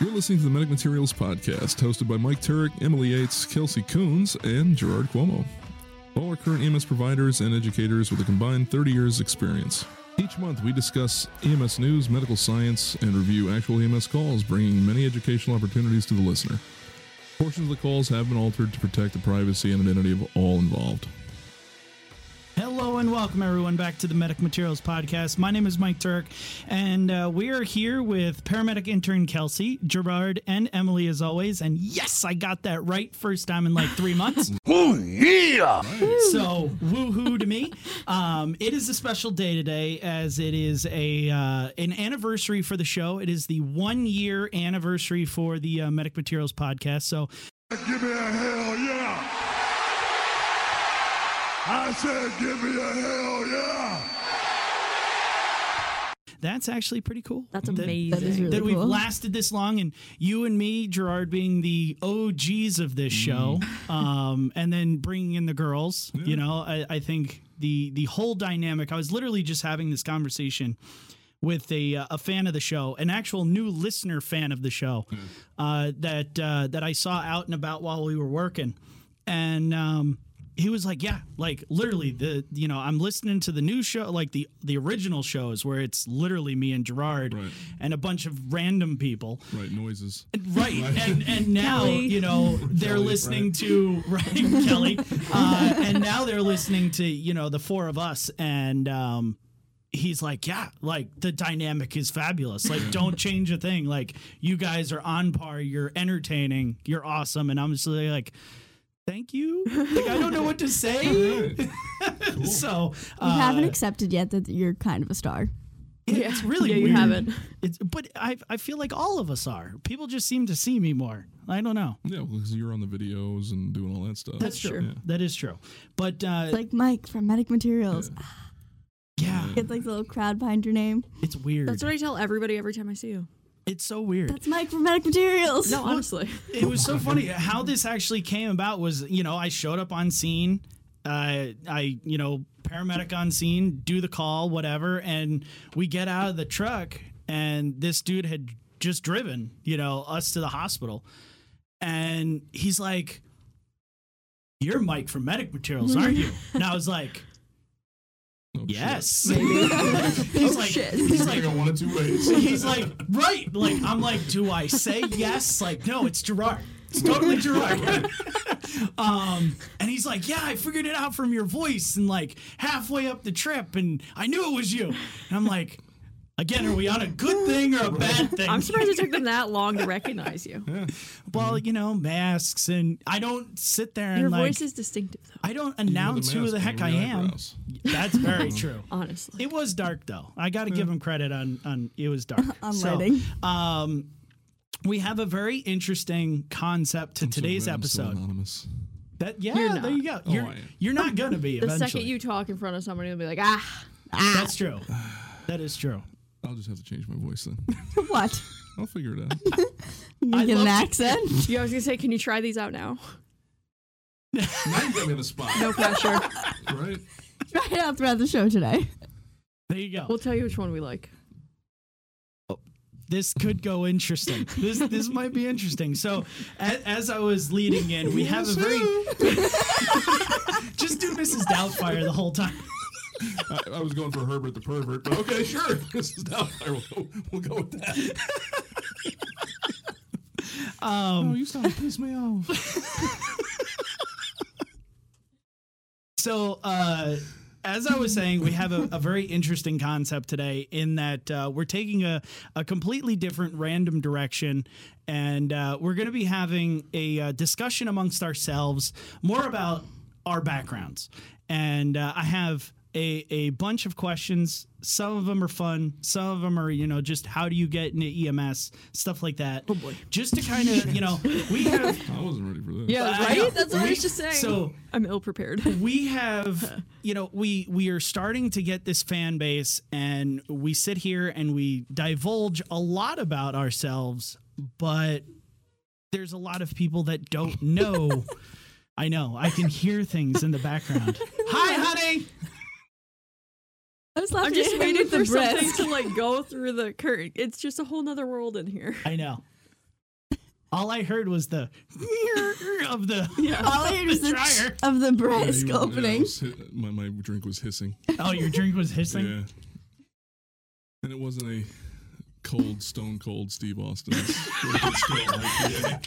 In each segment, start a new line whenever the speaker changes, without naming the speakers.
You're listening to the Medic Materials Podcast, hosted by Mike Turek, Emily Yates, Kelsey Coons, and Gerard Cuomo. All are current EMS providers and educators with a combined 30 years' experience. Each month, we discuss EMS news, medical science, and review actual EMS calls, bringing many educational opportunities to the listener. Portions of the calls have been altered to protect the privacy and identity of all involved.
Hello and welcome everyone back to the Medic Materials Podcast. My name is Mike Turk, and uh, we are here with paramedic intern Kelsey, Gerard, and Emily as always. And yes, I got that right first time in like three months. So woohoo to me! Um, it is a special day today, as it is a uh, an anniversary for the show. It is the one year anniversary for the uh, Medic Materials Podcast. So
Give me a hell yeah! I said, give me a hell yeah!
that's actually pretty cool.
That's
That-
amazing.
That is really
that we've
cool.
lasted this long and you and me gerard being the og's of this show um, and then bringing in the girls you know I, I think the the whole dynamic i was literally just having this conversation with a, uh, a fan of the show, an actual new listener fan of the show, uh, that uh, that I saw out and about while we were working, and um, he was like, "Yeah, like literally the you know I'm listening to the new show, like the the original shows where it's literally me and Gerard
Right.
and a bunch of random people,
Right, noises.
right? And and now
Kelly.
you know they're
Kelly,
listening
right.
to right Kelly, uh, and now they're listening to you know the four of us and. um he's like, yeah, like the dynamic is fabulous. Like, don't change a thing. Like, you guys are on par. You're entertaining. You're awesome. And I'm just really like, thank you. Like, I don't know what to say. so
You haven't
uh,
accepted yet that you're kind of a star.
it's really
Yeah, you
weird.
haven't.
It's, but I I feel like all of us are. People just seem to see me more. I don't know.
Yeah, because you're on the videos and doing all that stuff.
That's, true. That is true. But uh,
Like Mike from Medic Materials.
yeah,
It's like the little crowd behind your name.
it's weird.
That's what I tell everybody every time I see you.
it's so weird.
That's Mike from Medic Materials.
No, honestly.
it was so funny how this actually came about was you know i showed up on scene uh, i you know paramedic on scene do the call whatever and we get out of the truck and this dude had just driven you know us to the hospital and he's like you're mike from medic materials aren't you and i was like
Oh, shit.
yes he's like
shit.
he's like
You're one of two ways.
he's like, right. Like, I'm like, do I say yes? Like, no, it's Gerard. It's totally Gerard. um, and he's like, yeah, I figured it out from your voice and like halfway up the trip, and I knew it was you. And I'm like, again, are we on a good thing or a bad thing?
I'm surprised it took them that long to recognize you.
well, you know, masks, and I don't sit there and
Your
like,
voice is distinctive, though,
I don't
Even with
announce who
mask
the
on
heck
your
I am.
eyebrows.
That's very true.
honestly.
It was dark though. I got to give him credit on on it was dark.
On
So,
lighting.
um, we have a very interesting concept to
I'm so
today's
glad I'm still
episode.
anonymous.
that yeah,
You're not.
there you go.
Oh,
You're
I am.
you're not gonna be
the
eventually.
second you talk in front of somebody, they'll be like, ah,
That's true. That is true.
I'll just have to change my voice then.
what?
I'll figure it out.
You
I
get an
love-
accent?
you always gonna say, can you try these out now?
now you got me on the spot,
No pressure.
right?
Try it out throughout the show today.
There you go.
we'll tell you which one we like.
this could go interesting. This this might be interesting. So, as, as I was leading in, we have a very just do Mrs. Doubtfire the whole time.
I, I was going for Herbert the pervert, but okay, sure. This is Doubtfire. We'll go, we'll go with that.
Um,
Oh, you sound to piss me off.
So, uh, as I was saying, we have a, a very interesting concept today in that uh, we're taking a, a completely different random direction. And uh, we're going to be having a uh, discussion amongst ourselves more about our backgrounds. And uh, I have a, a bunch of questions. Some of them are fun. Some of them are, you know, just how do you get into EMS, stuff like that. Oh boy. Just to kind of, you know, we have.
I wasn't ready for that.
Yeah,
I know.
right? That's what I
We-
was just saying.
so-
I'm ill prepared.
we have you know we we are starting to get this fan base and we sit here and we divulge a lot about ourselves but there's a lot of people that don't know i know i can hear things in the background hi honey
I was laughing
I'm just
at him
waiting
with
for
the
something
breast.
to like go through the curtain. It's just a whole nother world in here.
I know. All I heard was the of the.
All I heard was the
dryer.
ch- of the breast
Yeah, you- yeah, I
opening.
was hit- my, my drink was hissing.
Oh, your drink was hissing.
Yeah. And it wasn't a cold, stone cold Steve Austin.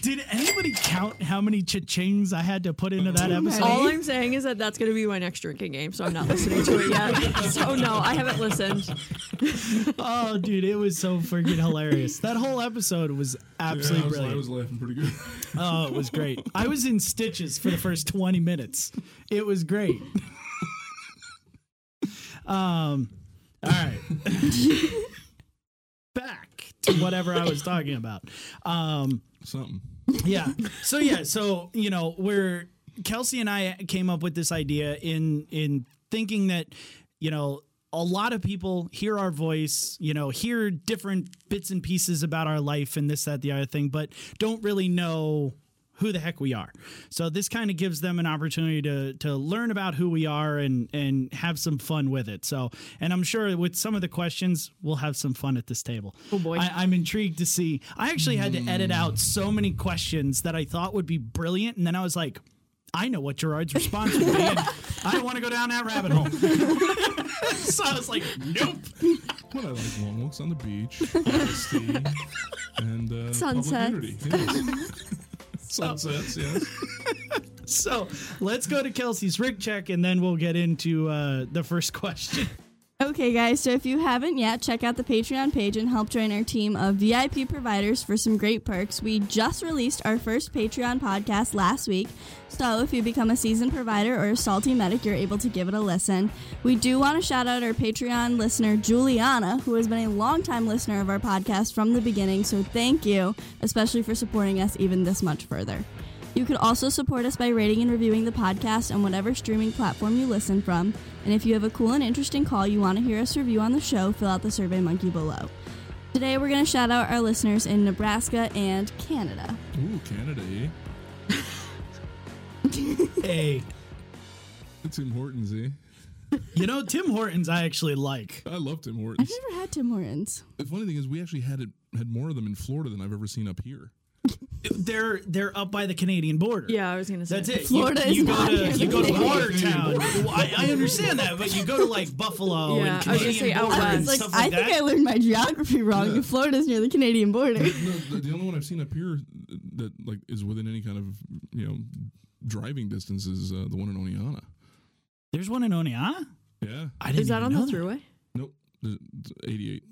Did anybody count how many cha-chings I had to put into that episode?
Right.
All I'm saying is that that's going to be my next drinking game, so I'm not listening to it yet. So no, I haven't listened.
Oh, dude, it was so freaking hilarious. That whole episode was absolutely
I, was,
brilliant.
I was laughing pretty good.
Oh, it was great. I was in stitches for the first 20 minutes. It was great. um, all right. Back to whatever I was talking about. Um,
Something.
yeah. So yeah, so you know, where Kelsey and I came up with this idea in in thinking that, you know, a lot of people hear our voice, you know, hear different bits and pieces about our life and this, that, the other thing, but don't really know who the heck we are. So this kind of gives them an opportunity to to learn about who we are and and have some fun with it. So and I'm sure with some of the questions we'll have some fun at this table.
Oh, boy.
I, I'm intrigued to see. I actually had to edit out so many questions that I thought would be brilliant, and then I was like, I know what Gerard's response would be. and I don't want to go down that rabbit hole. so I was like, nope.
But I like long walks on the beach, honesty, and uh,
Sunsets.
Public nudity. Yes. Sunsets, yes.
So let's go to Kelsey's rig check, and then we'll get into uh, the first question.
Okay, guys, so if you haven't yet, check out the Patreon page and help join our team of VIP providers for some great perks. We just released our first Patreon podcast last week, so if you become a seasoned provider or a salty medic, you're able to give it a listen. We do want to shout out our Patreon listener, Juliana, who has been a longtime listener of our podcast from the beginning, so thank you, especially for supporting us even this much further. You could also support us by rating and reviewing the podcast on whatever streaming platform you listen from. And if you have a cool and interesting call you want to hear us review on the show, fill out the Survey Monkey below. Today, we're going to shout out our listeners in Nebraska and Canada.
Ooh, Canada, eh?
Hey,
Tim Hortons, eh?
you know Tim Hortons, I actually like.
I love Tim
I've
Hortons.
never had Tim Hortons.
The funny thing is, we actually had it, had more of them in Florida than I've ever seen up here.
They're they're up by the Canadian border.
Yeah, I was going to say
That's it.
Florida
you, you
is
go
not
to,
near
you
the
go to
Canadian
Watertown. I, I understand that, but you go to like Buffalo
Yeah, I
and
was gonna
Canadian
say out
border
I
and
was Uh, like,
Oh, stuff
I
like
think I
that.
learned my geography wrong.
Yeah.
Florida's near the Canadian border.
No, the, the only one I've seen up here that like is within any kind of you know driving distance is uh, the one in Oneonta.
There's one in Oneonta.
Yeah,
I didn't
Is that
even
on
know
the
that.
throughway?
nope, the, the 88.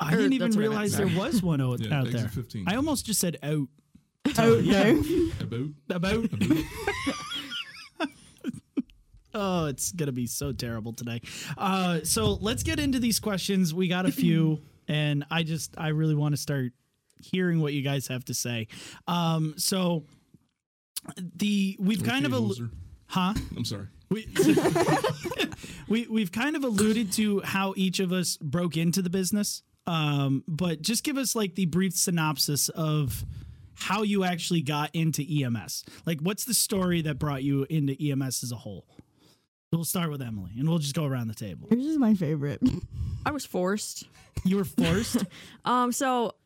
I
Or
didn't even
that's what I meant,
realize there
sorry.
was one out,
Yeah,
out
exit
there.
15.
I almost just said out.
Oh,
yeah.
no.
About
About.
about
Oh, it's going to be so terrible today. Uh, so let's get into these questions. We got a few, and I just, I really want to start hearing what you guys have to say. Um, so the, we've kind of,
Okay,
al-
loser.
huh?
I'm sorry.
We, we we've kind of alluded to how each of us broke into the business, um, but just give us like the brief synopsis of how you actually got into EMS. Like, what's the story that brought you into EMS as a whole? We'll start with Emily, and we'll just go around the table.
Yours is my favorite.
I was forced.
You were forced.
Um, so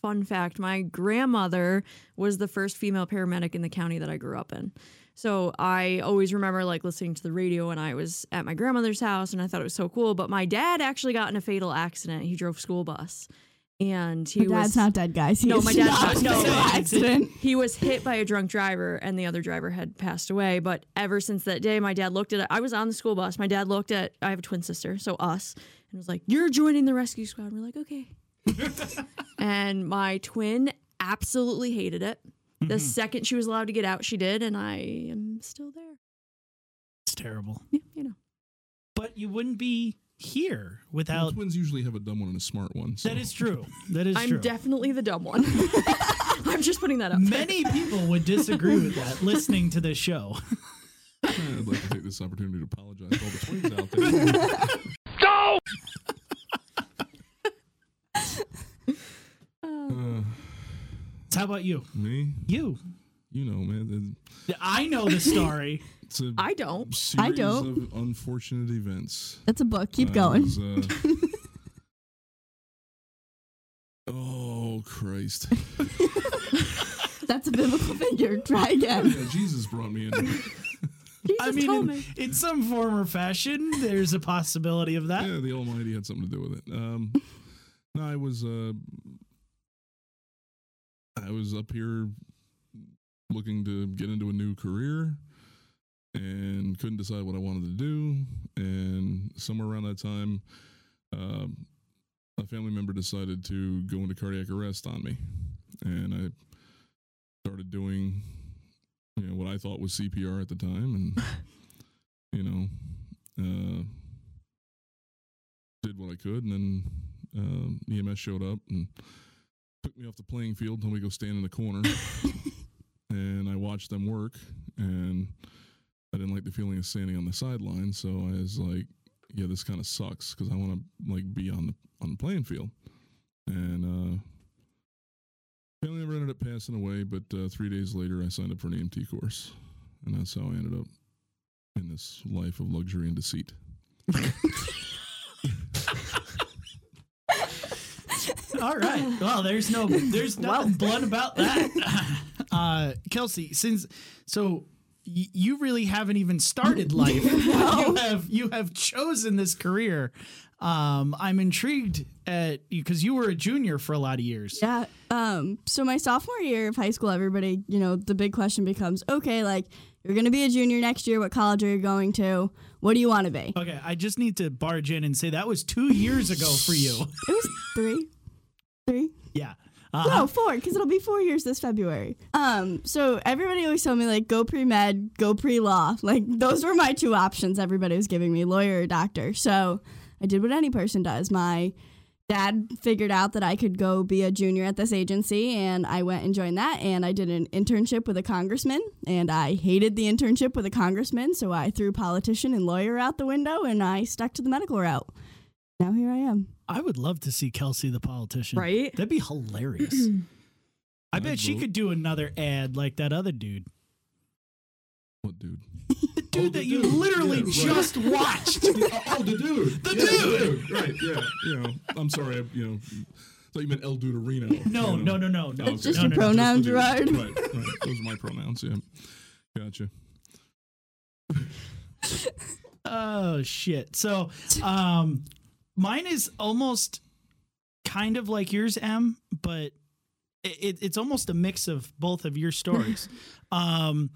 fun fact, my grandmother was the first female paramedic in the county that I grew up in. So I always remember like listening to the radio when I was at my grandmother's house and I thought it was so cool. But my dad actually got in a fatal accident. He drove school bus. And he
Your dad's
was
not dead, guys. He
No,
is
my dad's
not
not dead.
dead. accident.
he was hit by a drunk driver and the other driver had passed away but ever since that day my dad looked at it i was on the school bus my dad looked at i have a twin sister so us and was like you're joining the rescue squad and we're like okay and my twin absolutely hated it
Mm-hmm.
the second she was allowed to get out she did and i am still there
It's terrible.
yeah, you know
But you wouldn't be here
Well,
without.
twins usually have a dumb one and a smart one. So.
That is true. That is
i'm
true.
definitely the dumb one i'm just putting that up there.
Many people would disagree with that. Listening to this show.
I'd like to take this opportunity to apologize to all the twins out there. Go.
So how about you?
Uh, me,
You.
you know, man.
I know the story.
It's a
I don't.
series
I don't.
of unfortunate events.
That's a book. Keep
I
going.
was, uh, oh Christ!
That's a biblical figure. Try again.
Yeah, Jesus brought me into it.
Jesus
I mean,
told
in,
me.
in some form or fashion, there's a possibility of that.
Yeah, the Almighty had something to do with it. Um, no, I was uh, I was up here looking to get into a new career and couldn't decide what I wanted to do. And somewhere around that time, um, a family member decided to go into cardiac arrest on me, and I started doing you know what I thought was CPR at the time, and you know. Uh, did what I could, and then um, EMS showed up and took me off the playing field. Told me to go stand in the corner, and I watched them work. And I didn't like the feeling of standing on the sideline, so I was like, "Yeah, this kind of sucks because I want to like be on the on the playing field." And uh, family member ended up passing away, but uh, three days later, I signed up for an EMT course, and that's how I ended up in this life of luxury and deceit.
All right. Well, there's no there's no blood about that. Uh, Kelsey, since so y- you really haven't even started life. You have you have chosen this career. Um, I'm intrigued at because you were a junior for a lot of years.
Yeah. Um, so my sophomore year of high school, everybody, you know, the big question becomes, okay, like you're gonna be a junior next year, what college are you going to? What do you wanna be?
Okay, I just need to barge in and say that was two years ago for you.
It was three. Three?
Yeah. Uh,
No, four, because it'll be four years this February. Um, so everybody always told me like go pre med, go pre law. Like those were my two options everybody was giving me, lawyer or doctor. So I did what any person does. My dad figured out that I could go be a junior at this agency and I went and joined that and I did an internship with a congressman and I hated the internship with a congressman, so I threw politician and lawyer out the window and I stuck to the medical route. Now here I am.
I would love to see Kelsey the politician.
Right?
That'd be hilarious. I bet she
vote-
could do another ad like that other dude.
What dude?
dude that you literally just watched.
oh, the dude. The dude. Right. Yeah. You know, I'm sorry. I, you know, thought you meant El Duderino.
No,
you know. Oh,
no, no, no, no.
That's
just
no, no, no.
your
the
pronoun. Pronoun,
dude.
Gerard.
Right. Right. Those are my pronouns. Yeah. Gotcha.
Oh shit. So, um, mine is almost kind of like yours, M, but it, it, it's almost a mix of both of your stories. um,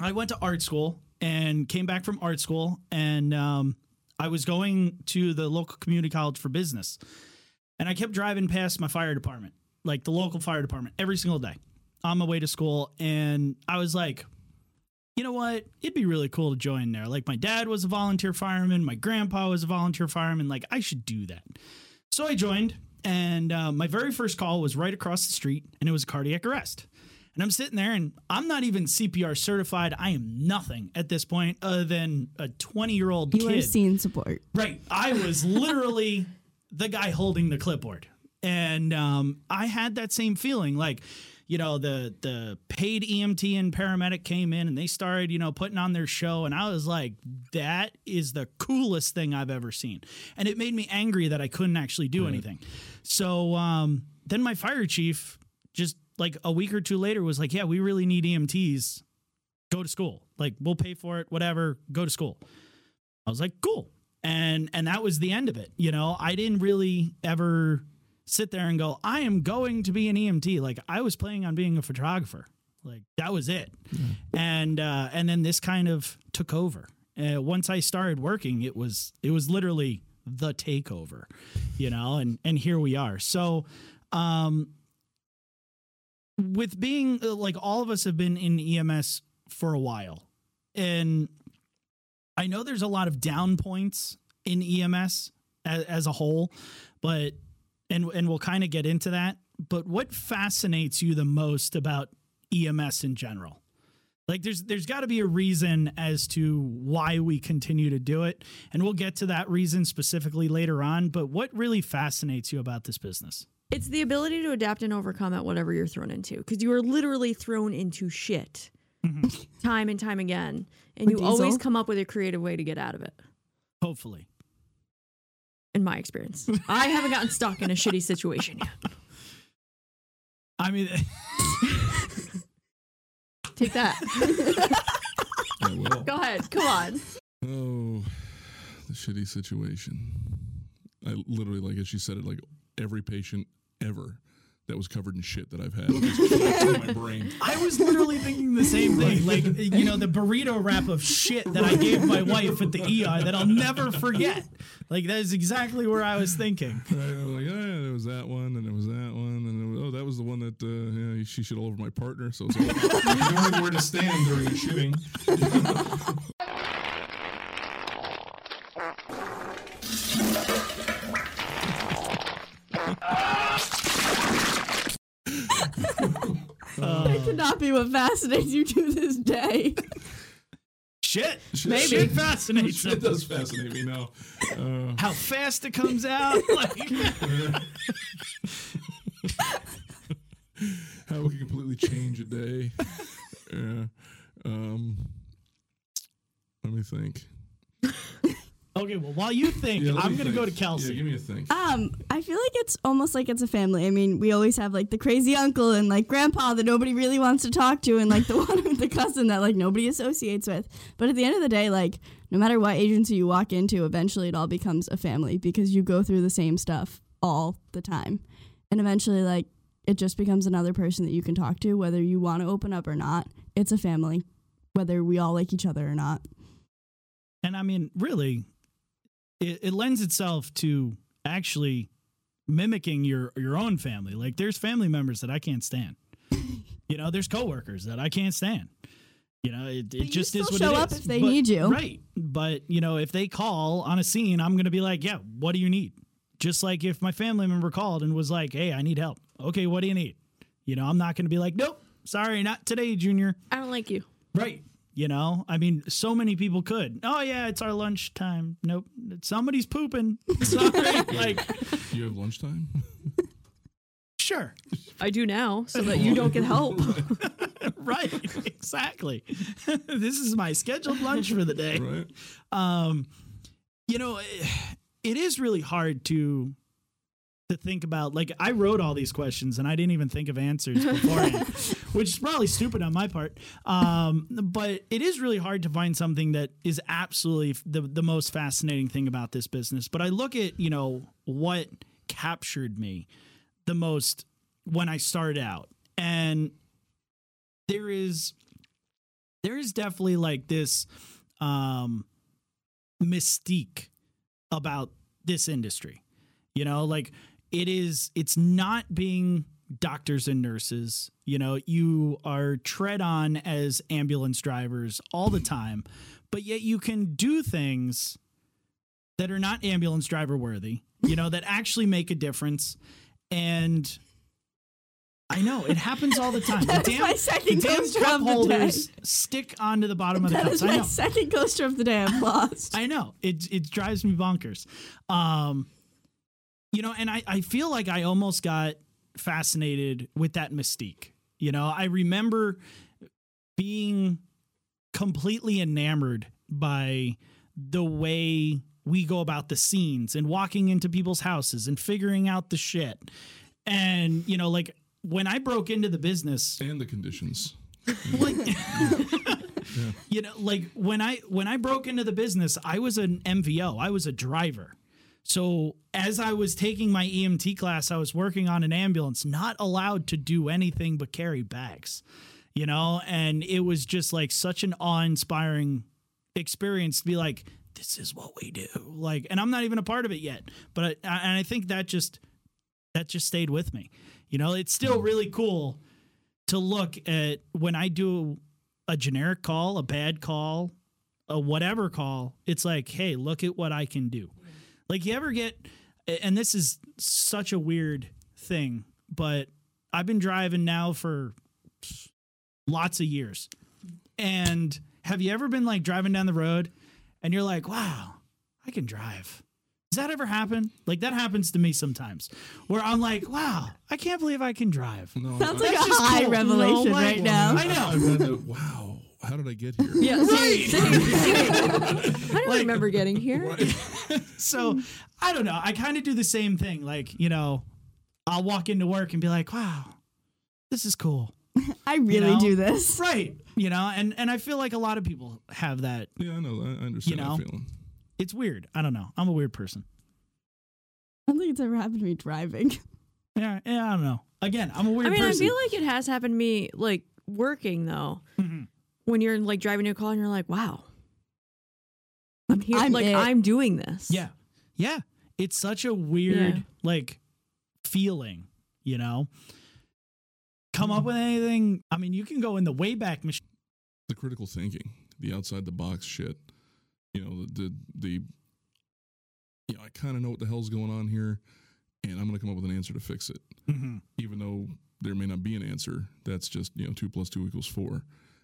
I went to art school and came back from art school, and um, I was going to the local community college for business, and I kept driving past my fire department, like the local fire department, every single day on my way to school, and I was like, you know what? It'd be really cool to join there. Like my dad was a volunteer fireman, my grandpa was a volunteer fireman. Like I should do that. So I joined, and uh, my very first call was right across the street, and it was cardiac arrest. And I'm sitting there, and I'm not even CPR certified. I am nothing at this point, other than a 20 year old
You are
kid.
scene support.
Right. I was literally the guy holding the clipboard. And um, I had that same feeling. Like, you know, the the paid EMT and paramedic came in and they started, you know, putting on their show. And I was like, that is the coolest thing I've ever seen. And it made me angry that I couldn't actually do anything. So um, then my fire chief just like a week or two later was like, yeah, we really need EMTs. Go to school. Like, we'll pay for it, whatever. Go to school. I was like, cool. And and that was the end of it. You know, I didn't really ever sit there and go, I am going to be an EMT. Like I was planning on being a photographer. Like that was it. And uh and then this kind of took over. Uh, once I started working, it was it was literally the takeover, you know, and and here we are. So um with being uh, like all of us have been in EMS for a while. And I know there's a lot of down points in EMS as, as a whole, but and and we'll kind of get into that. But what fascinates you the most about EMS in general? Like there's there's got to be a reason as to why we continue to do it, and we'll get to that reason specifically later on. But what really fascinates you about this business?
It's the ability to adapt and overcome at whatever you're thrown into because you are literally thrown into shit
Mm-hmm.
time and time again. And
Or
you always
diesel.
come up with a creative way to get out of it,
Hopefully.
in my experience. I haven't gotten stuck in a shitty situation yet.
I mean,
Take that.
I will.
Go ahead. Come on.
Oh, the shitty situation. I literally, like, as she said it, like every patient ever that was covered in shit that I've had. It's in my brain.
I was literally thinking the same thing. Like, you know, the burrito wrap of shit that I gave my wife at the ER that I'll never forget. Like, that is exactly where I was thinking.
I was like, oh, yeah, there was that one, and there was that one, and there was, oh, that was the one that uh, yeah, she shit all over my partner. So it's like, you don't know where to stand during a shitting.
It could not be what fascinates you to this day.
Shit.
Maybe.
Shit fascinates
Shit
him.
does fascinate me now. Uh,
How fast it comes out. Like,
how we can completely change a day. yeah. Um, let me think.
okay, well, while you think,
Yeah, let
I'm
me
going to
think.
go to Kelsey.
Yeah, give me a think.
Um, I feel like it's almost like it's a family. I mean, we always have like the crazy uncle and like grandpa that nobody really wants to talk to, and like the one with the cousin that like nobody associates with. But at the end of the day, like no matter what agency you walk into, eventually it all becomes a family because you go through the same stuff all the time, and eventually like it just becomes another person that you can talk to, whether you want to open up or not. It's a family, whether we all like each other or not.
And I mean, really, it, it lends itself to actually mimicking your your own family. Like, there's family members that I can't stand. you know, there's coworkers that I can't stand. You know, it,
you
it just
still
is what
show
it
up
is.
if they
But-
need you.
right? But you know, if they call on a scene, I'm gonna be like, yeah, what do you need? Just like if my family member called and was like, hey, I need help. Okay, what do you need? You know, I'm not gonna be like, nope, sorry, not today, Junior.
I don't like you.
Right. You know, I mean, so many people could. Oh yeah, it's our lunch time. Nope, somebody's pooping. Sorry. like,
Do you have lunchtime?
sure.
I do now so that you don't get help.
Right. exactly. this is my scheduled lunch for the day.
right?
Um, you know, it is really hard to to think about. Like, I wrote all these questions and I didn't even think of answers beforehand, which is probably stupid on my part. Um, but it is really hard to find something that is absolutely f- the the most fascinating thing about this business. But I look at you know what captured me the most when I started out, and there is there is definitely like this um mystique about this industry. You know, like it is it's not being doctors and nurses. You know, you are tread on as ambulance drivers all the time, but yet you can do things that are not ambulance driver worthy, you know, that actually make a difference and I know it happens all the time.
That
the
is
damn,
my second
the damn
coaster
cup
of the day.
holders stick onto the bottom of the
That
cups.
is
I
my
know.
second coaster of the day I've lost.
I know it. It drives me bonkers. Um, you know, and I, I feel like I almost got fascinated with that mystique. You know, I remember being completely enamored by the way we go about the scenes and walking into people's houses and figuring out the shit. And you know, like when I broke into the business,
And the conditions.
you know like when i when i broke into the business i was an mvo i was a driver so as i was taking my emt class i was working on an ambulance not allowed to do anything but carry bags you know and it was just like such an awe-inspiring experience to be like this is what we do like and i'm not even a part of it yet but I, and i think that just that just stayed with me you know it's still really cool to look at when i do a generic call, a bad call, a whatever call, it's like, hey, look at what I can do. Like, you ever get, and this is such a weird thing, but I've been driving now for lots of years. And have you ever been like driving down the road and you're like, wow, I can drive? Does that ever happen? Like, that happens to me sometimes where I'm like, wow, I can't believe I can drive.
No,
Sounds
I-
like a
That's just
high
cool.
revelation
No, like-
right now.
I know.
I read that. Wow. how did I get here?
Yeah, right. I don't remember getting here.
So I don't know. I kind of do the same thing. Like, you know, I'll walk into work and be like, wow, this is cool.
I really
know?
do this.
Right. You know, and, and I feel like a lot of people have that.
Yeah, I know. I I understand
You know?
that feeling.
It's weird. I don't know. I'm a weird person.
I don't think it's ever happened to me driving.
Yeah, yeah I don't know. Again, I'm a weird
I mean, I
person.
feel like it has happened to me, like working though.
Mm-hmm.
When you're like driving to a call and you're like, wow, I'm here.
I'm
like,
it.
I'm doing this.
yeah. Yeah. It's such a weird,
Yeah.
like, feeling, you know? Come up with anything. I mean, you can go in the Wayback Machine.
The critical thinking, the outside the box shit. You know, the the, the you know, I kind of know what the hell's going on here, and I'm gonna come up with an answer to fix it.
Mm-hmm.
even though there may not be an answer, that's just you know two plus two equals four,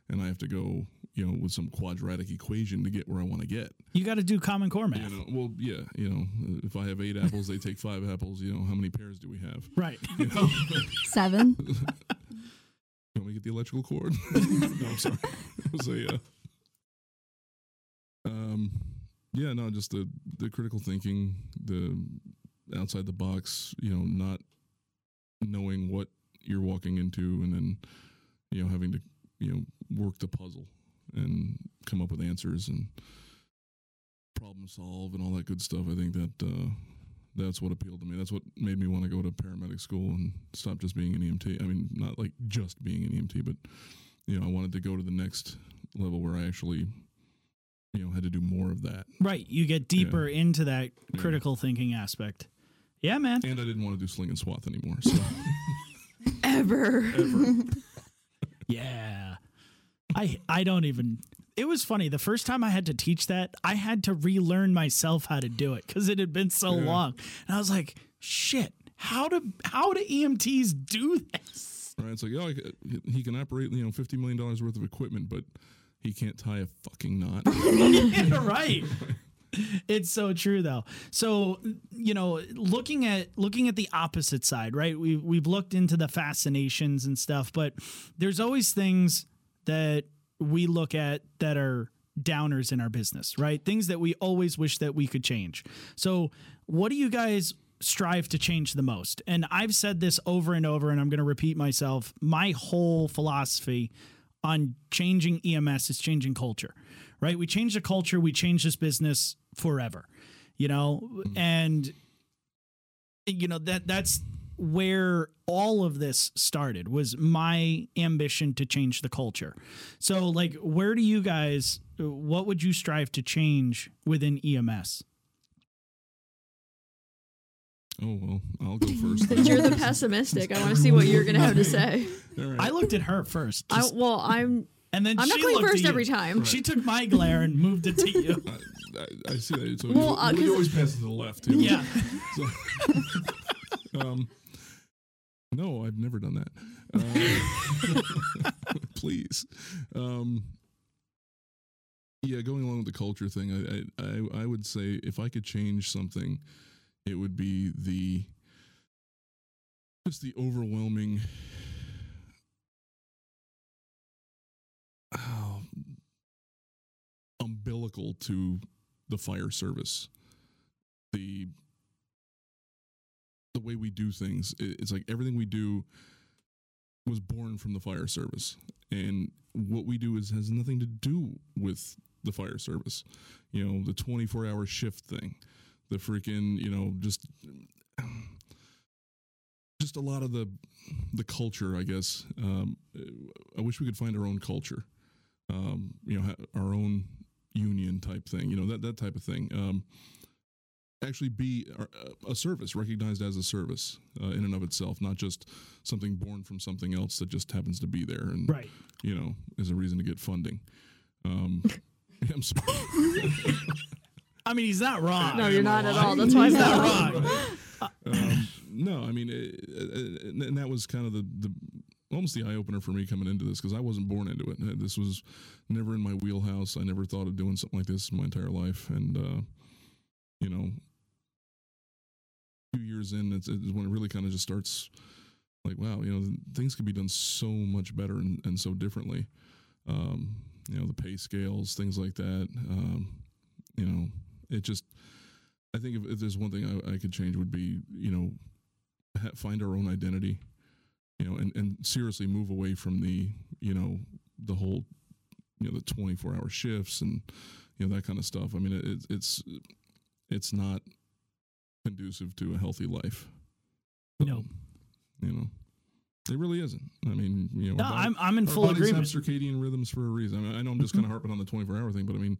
and I have to go you know with some quadratic equation to get where I want to get.
You got to do Common Core math.
You know, well, yeah, you know, uh, if I have eight apples, they take five apples. You know, how many pairs do we have?
Right.
You know,
Seven.
can we get the electrical cord? no, I'm sorry, it was a. Uh, um, yeah, no, just the the critical thinking, the outside the box. You know, not knowing what you're walking into, and then you know having to you know work the puzzle and come up with answers and problem solve and all that good stuff. I think that uh, that's what appealed to me. That's what made me want to go to paramedic school and stop just being an EMT. I mean, not like just being an EMT, but you know, I wanted to go to the next level where I actually you know had to do more of that.
Right. You get deeper into that
Yeah.
critical thinking aspect. Yeah, man.
And I didn't want to do sling and swath anymore. So
Ever.
Yeah. I I don't even it was funny. The first time I had to teach that, I had to relearn myself how to do it because it had been so
Yeah.
long. And I was like, shit, how do how do EMTs do this?
right, it's like oh, I c- he can operate you know fifty million dollars worth of equipment, but he can't tie a fucking knot.
Yeah, right. It's so true though. So, you know, looking at looking at the opposite side, right? We we've looked into the fascinations and stuff, but there's always things that we look at that are downers in our business, right? Things that we always wish that we could change. So, what do you guys strive to change the most? And I've said this over and over and I'm going to repeat myself. My whole philosophy on changing E EMS is changing culture, right? We change the culture, we change this business forever, you know, and you know that that's where all of this started was my ambition to change the culture. So like where do you guys what would you strive to change within E EMS?
oh well, I'll go first.
You're the pessimistic. I want to see what you're gonna have to say.
All right.
I looked at her first.
I,
just-
well, I'm.
and then
I'm
she
not going
looked at
first
you.
every time.
She took my glare and moved it to you.
I, I, I see that. So
Well,
you,
uh,
well, you
'cause-
always pass to the left. you know?
Yeah.
So, um, no, I've never done that. Uh, please. Um, yeah, going along with the culture thing, I, I, I, I would say if I could change something, it would be the just the overwhelming. Oh, umbilical to the fire service the the way we do things i- it's like everything we do was born from the fire service and what we do is has nothing to do with the fire service you know the 24 hour shift thing the freaking you know just just a lot of the the culture i guess um, i wish we could find our own culture um, you know ha- our own union type thing you know that that type of thing um, actually be uh, a- a service recognized as a service uh, in and of itself, not just something born from something else that just happens to be there and
Right.
you know is a reason to get funding. Um, I'm sorry.
I mean, he's not wrong.
No, you're not at all. That's why I'm
He's
not.
not wrong.
um, no, I mean, it, it, and that was kind of the, the almost the eye opener for me coming into this because I wasn't born into it. Uh, This was never in my wheelhouse. I never thought of doing something like this in my entire life, and uh, you know, two years in, it's, it's when it really kind of just starts. Like wow, you know, things could be done so much better and, and so differently. Um, you know the pay scales, things like that. Um, you know, it just I think if, if there's one thing I, I could change would be you know ha- find our own identity, you know, and and seriously move away from the you know the whole you know the 24 hour shifts and you know that kind of stuff. I mean, it, it's- it's it's not conducive to a healthy life. Um,
No.
you know, it really isn't. I mean, you know,
No,
our body-
I'm I'm in
our
full
bodies
agreement.
Have circadian rhythms for a reason. I, mean, I know I'm just kind of harping on the 24 hour thing, but I mean,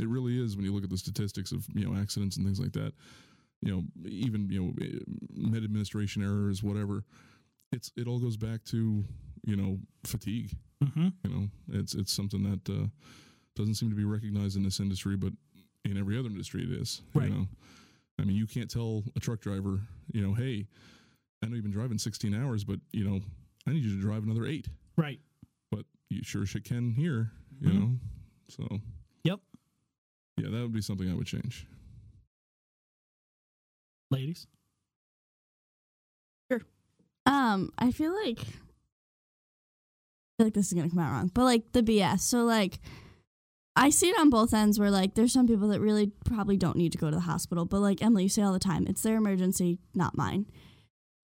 it really is when you look at the statistics of you know accidents and things like that. You know, even you know, eh, med administration errors, whatever. It's it all goes back to you know fatigue.
hmm
You know, it's it's something that uh, doesn't seem to be recognized in this industry, but in every other industry it is.
Right.
You know? I mean, you can't tell a truck driver, you know, hey, I know you've been driving 16 hours, but you know, I need you to drive another eight.
Right.
But you sure shit can here, you
Mhm.
know. So
Yep.
yeah, that would be something I would change.
Ladies.
Um, I feel like I feel like this is gonna come out wrong, but like the BS. So like, I see it on both ends where like there's some people that really probably don't need to go to the hospital, but like Emily, you say all the time, it's their emergency, not mine.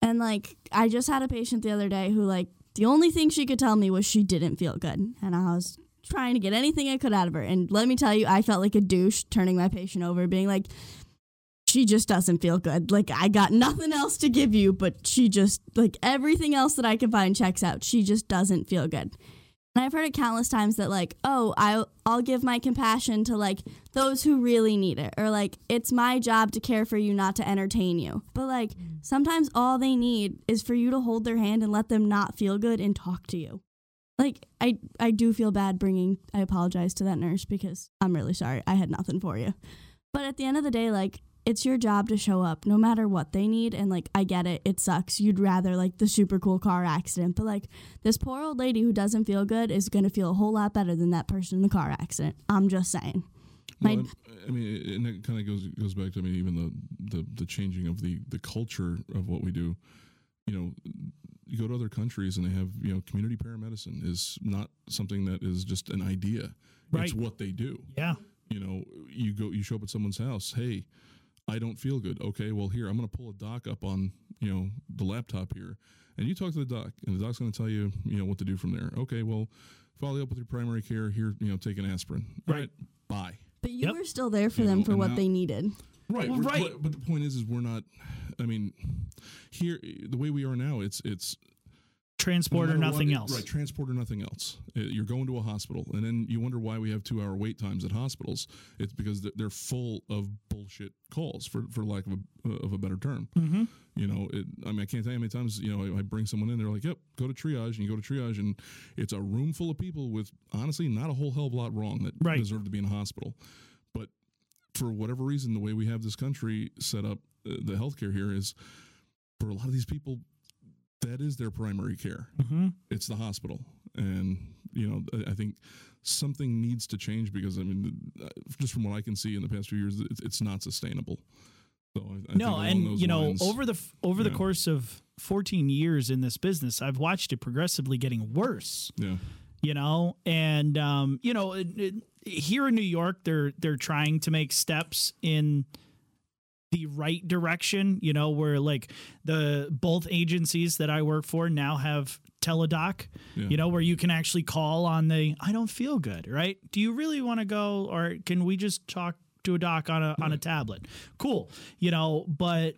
And like, I just had a patient the other day who like the only thing she could tell me was she didn't feel good, and I was trying to get anything I could out of her. And let me tell you, I felt like a douche turning my patient over, being like, she just doesn't feel good. Like I got nothing else to give you, but she just like everything else that I can find checks out. She just doesn't feel good. And I've heard it countless times that like, oh, I'll, I'll give my compassion to like those who really need it, or like it's my job to care for you, not to entertain you. But like sometimes all they need is for you to hold their hand and let them not feel good and talk to you. Like I, I do feel bad bringing. I apologize to that nurse because I'm really sorry. I had nothing for you. But at the end of the day, like it's your job to show up no matter what they need. And like I get it, it sucks. You'd rather like the super cool car accident, but like this poor old lady who doesn't feel good is gonna feel a whole lot better than that person in the car accident. I'm just saying. My-
Well, I, I mean, it- and it kind of goes goes back to I mean, even the, the the changing of the the culture of what we do. You know, you go to other countries and they have you know community paramedicine is not something that is just an idea.
Right.
It's what they do.
Yeah.
You know, you go you show up at someone's house. Hey, I don't feel good. Okay, well here I'm going to pull a doc up on you know the laptop here, and you talk to the doc, and the doc's going to tell you you know what to do from there. Okay, well follow up with your primary care here. You know, take an aspirin. All
Right.
Bye.
But you
Yep.
were still there for
You
them
know,
for
and
what
now-
they needed.
Right,
Well,
we're-
right.
But, but the point is, is we're not. I mean, here the way we are now, it's it's no
Transport or
matter what-
nothing
it-
else.
Right, transport or nothing else. Uh, You're going to a hospital, and then you wonder why we have two hour wait times at hospitals. It's because they're- they're full of bullshit calls, for for lack of a, uh, of a better term.
Mm-hmm.
You know, it, I mean, I can't tell you how many times you know I, I bring someone in. They're like, "Yep, go to triage," and you go to triage, and it's a room full of people with honestly not a whole hell of a lot wrong that
Right.
deserve to be in a hospital. But for whatever reason, the way we have this country set up, uh, the healthcare here is for a lot of these people, that is their primary care.
Mm-hmm.
It's the hospital, and you know, I, I think something needs to change because I mean, uh, just from what I can see in the past few years, it's, it's not sustainable. So I, I think
no
along
and
those
you know
lines-
over the f- over the
yeah.
course of 14 years in this business i've watched it progressively getting worse
yeah.
you know and um you know it, it, here in new york they're they're trying to make steps in the right direction you know where like the both agencies that i work for now have teledoc
Yeah.
you know where you can actually call on the i don't feel good right do you really want to go or can we just talk to a doc on a on a tablet cool you know but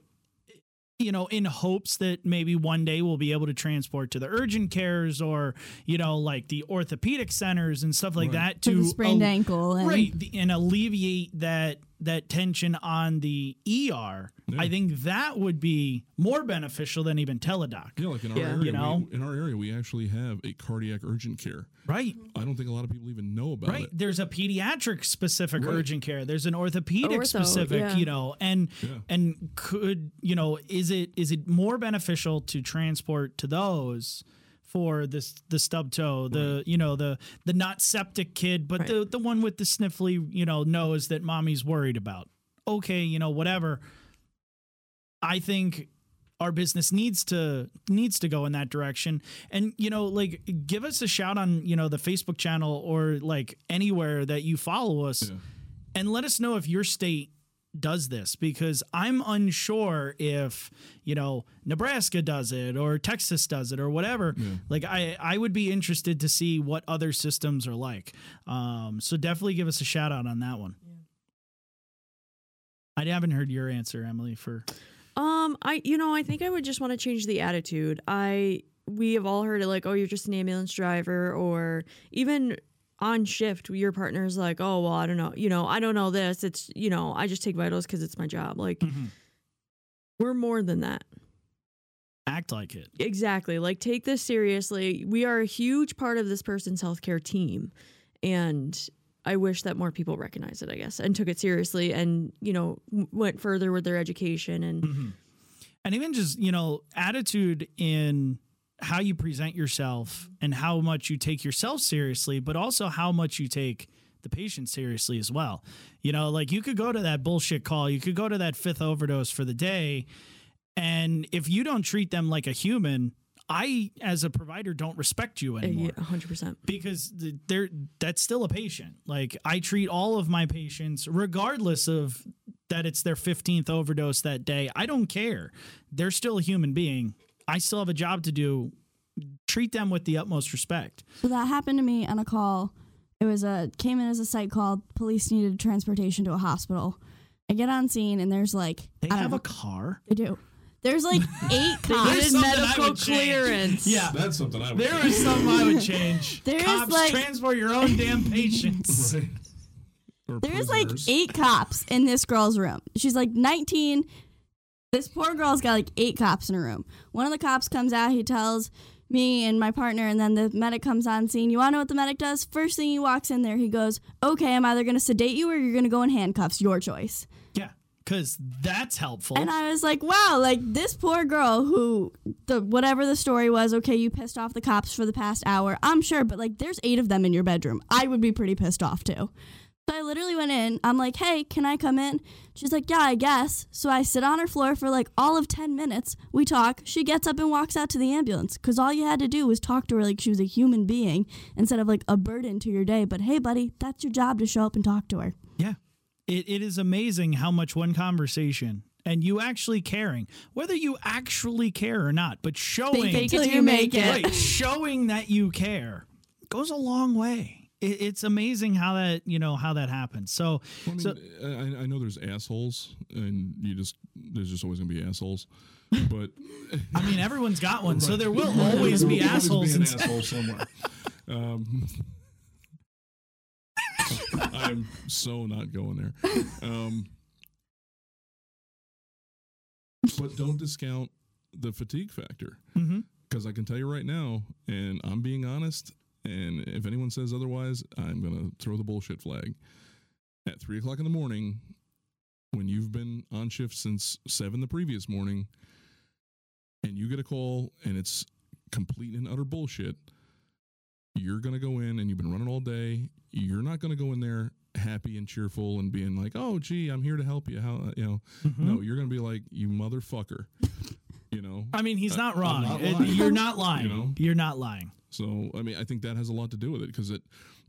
you know, in hopes that maybe one day we'll be able to transport to the urgent cares or, you know, like the orthopedic centers and stuff like
Right.
that
To
to
the sprained
al-
ankle and
right the- and alleviate that that tension on the ER. I think that would be more beneficial than even teledoc.
Yeah, like in our
Yeah.
area,
You know?
we, in our area, we actually have a cardiac urgent care.
Right.
I don't think a lot of people even know about
Right.
it.
There's a pediatric specific
Right.
urgent care. There's an orthopedic
Ortho,
specific,
yeah.
you know, and
Yeah.
and could, you know, is it is it more beneficial to transport to those for this the stub toe, the you know, the the not septic kid, but the the one with the sniffly, you know, nose that mommy's worried about. Okay, you know, whatever. I think our business needs to needs to go in that direction. And you know, like give us a shout on, you know, the Facebook channel or like anywhere that you follow us and let us know if your state does this because I'm unsure if, you know, Nebraska does it or Texas does it or whatever. Like I I would be interested to see what other systems are like. Um so definitely give us a shout out on that one. I haven't heard your answer, Emily, for
Um, I you know I think I would just want to change the attitude. I we have all heard it like, oh, you're just an ambulance driver, or even on shift, your partner's like, oh, well, I don't know, you know, I don't know this. It's you know, I just take vitals because it's my job. Like, we're more than that.
act like it.
Exactly. Like, take this seriously. We are a huge part of this person's healthcare team. And I wish that more people recognized it, I guess, and took it seriously and, you know, w- went further with their education. And
and even just you know attitude in how you present yourself and how much you take yourself seriously but also how much you take the patient seriously as well you know like you could go to that bullshit call you could go to that fifth overdose for the day and if you don't treat them like a human i as a provider don't respect you
uh,
anymore
yeah, 100%.
because th- they're that's still a patient. Like I treat all of my patients regardless of that it's their 15th overdose that day. I don't care. They're still a human being. I still have a job to do. Treat them with the utmost respect.
So that happened to me on a call. It was a came in as a site called police needed transportation to a hospital. I get on scene and there's like
They
I don't
have
know.
a car.
They do. There's like eight cops.
There's something I would
medical
change.
clearance.
Yeah.
That's something I would
There is something I would change.
There is,
Cops,
like-
transport your own damn patients.
Right. Or
There's like
prisoners.
eight cops in this girl's room. She's like 19. This poor girl's got like eight cops in her room. One of the cops comes out, he tells me and my partner, and then the medic comes on scene. You want to know what the medic does? First thing he walks in there, he goes, Okay, I'm either going to sedate you or you're going to go in handcuffs. Your choice.
Yeah, because that's helpful.
And I was like, wow, like this poor girl who the whatever the story was, okay, you pissed off the cops for the past hour. I'm sure, but like there's 8 of them in your bedroom. I would be pretty pissed off too. So I literally went in. I'm like, "Hey, can I come in?" She's like, "Yeah, I guess." So I sit on her floor for like all of 10 minutes. We talk. She gets up and walks out to the ambulance cuz all you had to do was talk to her like she was a human being instead of like a burden to your day. But hey, buddy, that's your job to show up and talk to her.
Yeah. It, it is amazing how much one conversation and you actually caring, whether you actually care or not, but showing
Fake
Till
it till
you
you
make
make
it.
right, showing that you care goes a long way. It, it's amazing how that you know how that happens.
Well,
So,
I, mean,
so
I, I know there's assholes, and you just there's just always gonna be assholes. But
I mean, everyone's got one, so there will always be
There'll
assholes.
an
and stuff.
asshole somewhere. Um, I am so not going there. Um, but don't discount the fatigue factor
Mhm.
because I can tell you right now, and I'm being honest. And if anyone says otherwise, I'm gonna throw the bullshit flag. At three o'clock in the morning, when you've been on shift since seven the previous morning, and you get a call and it's complete and utter bullshit, you're going to go in and you've been running all day. You're not going to go in there happy and cheerful and being like, "Oh, gee, I'm here to help you." How you know?
Hmm? mm-hmm.
No, you're going to be like, "You motherfucker," you know.
I mean, he's not wrong.
Uh, not
It-
lying.
you're not lying.
You know?
You're not lying.
So I mean, I think that has a lot to do with it because it.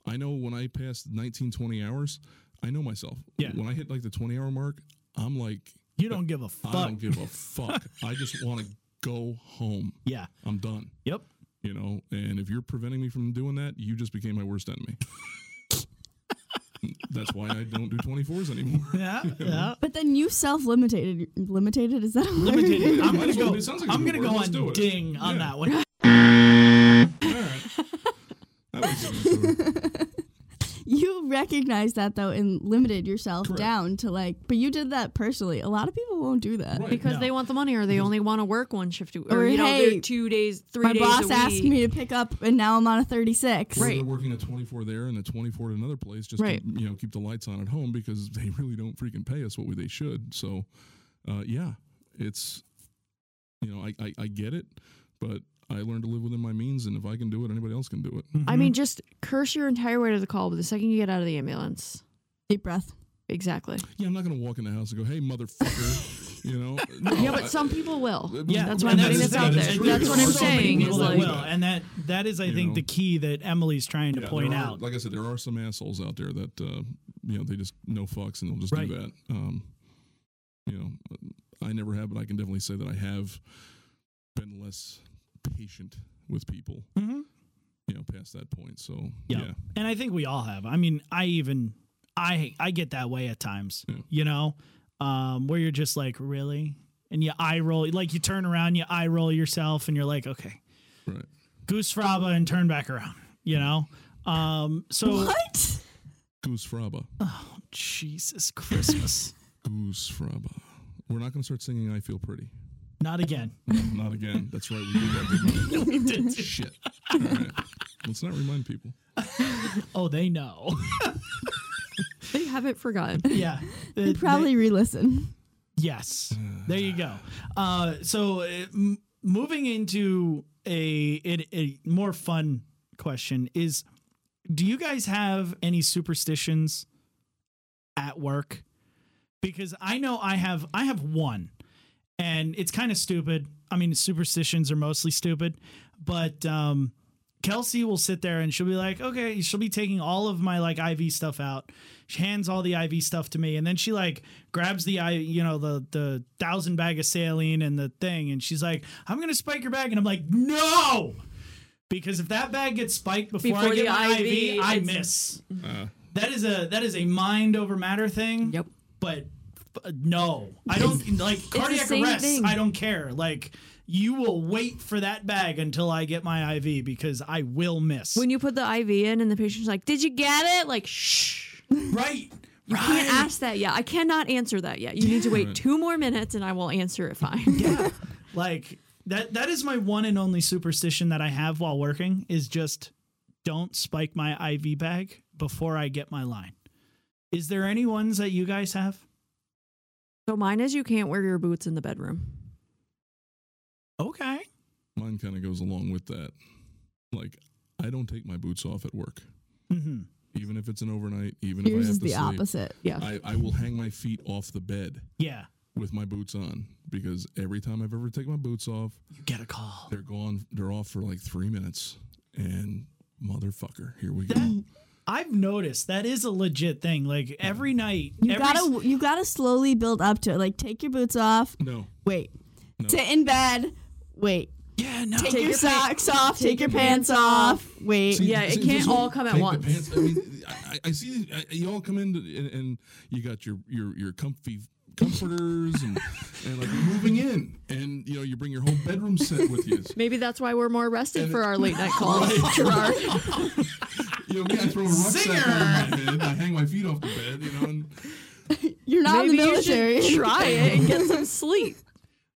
I know when I pass 19, 20 hours, I know myself.
Yeah.
When I hit like the 20 hour mark, I'm like,
You don't give a fuck.
I don't give a fuck. I just want to go home.
yeah.
I'm done.
Yep.
you know and if you're preventing me from doing that you just became my worst enemy that's why i don't do 24s anymore
Yeah. Yeah.
But then you self-limited limited is that a word?
Limited. I'm
Might
gonna
as well
go.
be. Sounds like a
I'm
good
gonna
word.
go
Let's do
on
it.
ding on
Yeah.
that one.
all right I like that.
you recognize that though and limited yourself
Correct.
down to like but you did that personally a lot of people won't do that
Right.
Because
No. Mm-hmm.
they want the money, or they only want to work one shift, a- or,
Or,
you know,
hey,
they're two days, three
my
days a
boss
week.
asked me to pick up and now i'm on a 36
Or
Right.
they're working a 24 there and a 24 at another place just
Right.
to you know keep the lights on at home because they really don't freaking pay us what we, they should so uh, yeah it's you know I, I, I get it but i learned to live within my means and if i can do it anybody else can do it
I
Mm-hmm.
mean, just curse your entire way to the call, but the second you get out of the ambulance,
deep breath
exactly.
yeah i'm not going to walk in the house and go hey motherfucker You know, No,
Yeah,
Oh,
but
I-
some people will.
Yeah,
that's why I'm
and
putting
that's
this
the
out
thing,
there.
true.
That's what I'm
There's so many
saying. Is
people that
like,
will, and that that is, I think,
know.
the key that Emily's trying to
Yeah,
point
there are-
out.
Like I said, there are some assholes out there that uh, you know they just no fucks and they'll just
Right.
do that. Um, you know, I never have, but I can definitely say that I have been less patient with people.
Mm-hmm.
Mhm.
You know, past that point. So
Yeah.
yeah,
and I think we all have. I mean, I even I I get that way at times.
Yeah.
You know, um, where you're just like, really, and you eye roll, like you turn around, you eye roll yourself, and you're like, okay,
right.
goose fraba, and turn back around. You know, um, so
What?
Goose fraba,
Jesus Christmas,
goose fraba. We're not going to start singing "I Feel Pretty."
not again.
No, not again. That's right. We did that. didn't we? Shit. All right. Let's not remind people.
Oh, they know.
they haven't forgotten.
yeah, They-
Probably re-listen.
Yes. There you go. Uh, so uh, m- moving into a, a a more fun question is, do you guys have any superstitions at work? Because I know I have I have one, and it's kind of stupid. I mean, superstitions are mostly stupid, but um, Kelsey will sit there and she'll be like, okay, she'll be taking all of my like IV stuff out. She hands all the IV stuff to me, and then she like grabs the I, you know, the the thousand bag of saline and the thing, and she's like, I'm gonna spike your bag, and I'm like, no, because if that bag gets spiked before, I
Before
get
the
my IV,
IV,
I
it's-
miss. that is a that is a mind over matter thing.
Yep.
But uh, no, I don't like cardiac
same
arrest.
thing.
I don't care. Like you will wait for that bag until I get my IV because I will miss.
When you put the IV in and the patient's like, "Did you get it?" Like, shh.
right.
You can't ask that yet. I cannot answer that yet. You need to wait two more minutes, and I will answer it fine.
Like that that is my one and only superstition that I have while working is just don't spike my IV bag before I get my line. Is there any ones that you guys have?
So mine is you can't wear your boots in the bedroom.
Okay.
Mine kind of goes along with that. Like, I don't take my boots off at work,
hmm
even if it's an overnight. Even if I
Yours
have
is
to
the
sleep.
opposite.
Yeah.
I, I will hang my feet off the bed
Yeah.
with my boots on because every time I've ever taken my boots off,
You get a call.
they're gone. They're off for like three minutes, and motherfucker, here we go.
That- I've noticed that is a legit thing. Like every night,
You
every s-
gotta you gotta slowly build up to it. Like take your boots off.
No,
Wait. Sit in bed. Wait.
yeah, no,
Take, your, socks off. Take, your pants, off. Wait.
See,
Yeah, it
see,
can't
this
all
whole
come at
take the
once.
pants- I, mean, I, I see I, you all come in and, and you got your your your comfy comforters and and like you're moving in and you know you bring your whole bedroom set with you.
Maybe that's why we're more rested
And
for our late night calls, Gerard.
You know, me, I throw a rucksack over my head. I hang my feet off the bed. You know, and
You're not
Maybe
in the
you
military.
should try it and get some sleep.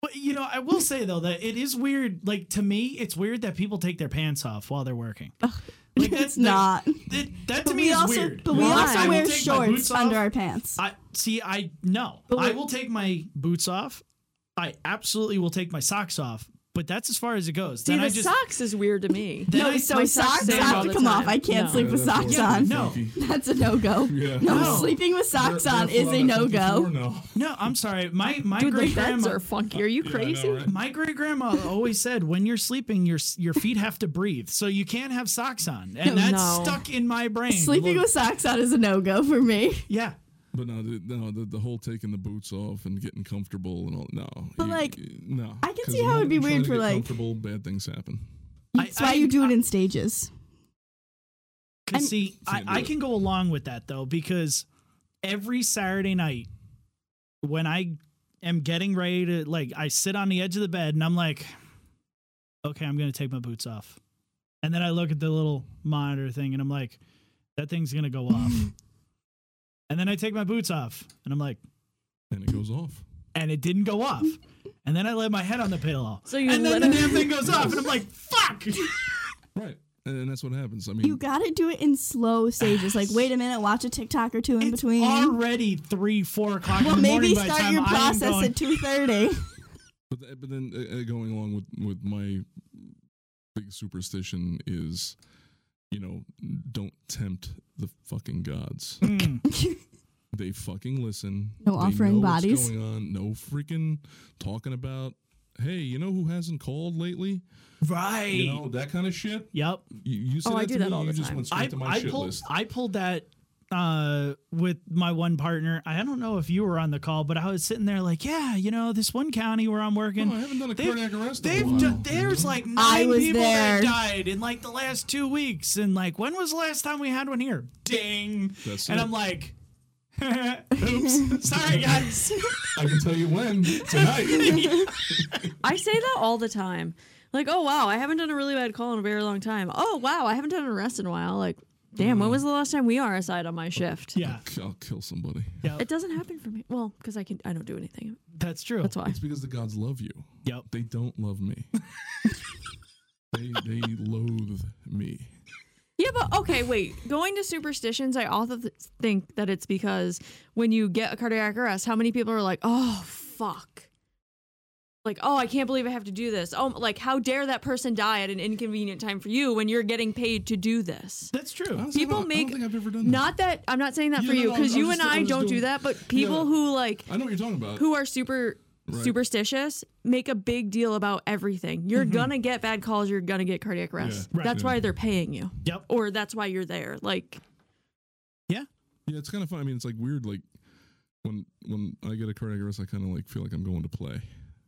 But you know, I will say though that it is weird. Like to me, it's weird that people take their pants off while they're working. Like
It's not.
That, that to
But
me
we
is
also
weird.
but we
Why? I
also
will
wear
take my boots
shorts under
off.
our pants.
I see. I no.
But
I
we-
will take my boots off. I absolutely will take my socks off. But that's as far as it goes.
See,
then
the
I just
socks is weird to me.
then I,
no, so
my socks
socks
stay on all
have to
the
come
time.
off. I can't
No.
sleep with
that's
socks
all
on.
no.
funky.
That's a no go.
Yeah.
No,
No.
sleeping with socks
Bare-
on is
barefoot
a
on
no
the funky floor
go.
now.
no. I'm sorry. My my
Dude, the
great
beds
grandma.
are funky. Are you
I know,
crazy?
right?
My great grandma always said, when you're sleeping, your your feet have to breathe, so you can't have socks on, and that's
No.
stuck in my brain.
Oh, Sleeping
Look-
with socks on is a no go for me.
yeah,
But no, the, no, the, the whole taking the boots off and getting comfortable and all. No,
But, like,
no,
I can
'Cause
see
the
how it'd
moment
be
you try
weird
to
for,
get
like-
comfortable. Bad things happen.
I-
That's why
I-
you do it in stages.
Cause
And-
see, I,
Can't do
I
it.
can go along with that though, because every Saturday night when I am getting ready to like I sit on the edge of the bed and I'm like, okay, I'm gonna take my boots off. And then I look at the little monitor thing and I'm like, that thing's gonna go off. and then I take my boots off and I'm like,
and it goes off.
and it didn't go off. And then I lay my head on the pillow.
So you
and then the
literally-
damn thing goes off and I'm like, fuck.
Right. And that's what happens. I mean,
You gotta do it in slow stages. Like wait a minute, watch a TikTok or two in
It's
between.
already three, four o'clock
well,
in the morning
maybe
by the
start
time
your
I am
process
going-
at two thirty.
but, th- but then uh, uh, going along with, with my big superstition is, you know, don't tempt the fucking gods.
Mm.
They fucking listen.
No
They
offering
know what's
bodies.
going on. No freaking talking about. Hey, you know who hasn't called lately?
Right.
You know that kind of shit.
yep.
You, you said
Oh,
that
I
to
do
me.
that all
you
the
just
time.
went straight
I,
to my
I
shit
pulled
list.
I pulled that uh with my one partner. I don't know if you were on the call, but I was sitting there like, yeah, you know, this one county where I'm working.
Oh, I haven't done a
they've-
cardiac arrest in a
They've
while.
done- there's like
I
nine
was
people
there.
that died in like the last two weeks, and like when was the last time we had one here? Ding.
That's
and
it.
I'm like, oops, sorry guys.
I can tell you when tonight.
I say that all the time. Like, oh wow, I haven't done a really bad call in a very long time. Oh wow, I haven't done an arrest in a while. Like, damn, when was the last time we RSI'd on my shift?
yeah,
I'll kill somebody.
It doesn't happen for me. Well, because I can, I don't do anything.
Oh, that's true.
That's why.
It's because the gods love you.
Yep.
They don't love me. they they loathe me.
Yeah, but okay, wait. Going to superstitions, I also th- think that it's because when you get a cardiac arrest, how many people are like, oh fuck. Like, oh, I can't believe I have to do this. Oh, like, how dare that person die at an inconvenient time for you when you're getting paid to do this?
That's true.
Honestly, I
People
don't, I
make
don't think I've ever done that.
Not that I'm not saying that
Yeah,
for
no,
you
no,
because
I'm
you
just-
and
I'm
I
just
don't
doing-
do that, but people
Yeah.
who like
I know what you're talking about.
who are super
Right.
superstitious make a big deal about everything. You're gonna get bad calls. You're gonna get cardiac arrest.
Right.
That's
Mm-hmm. Yeah.
why they're paying you,
yep.
or that's why you're there. Like
Yeah, it's kind of fun. I mean, it's like weird. Like when when I get a cardiac arrest, I kind of like feel like I'm going to play.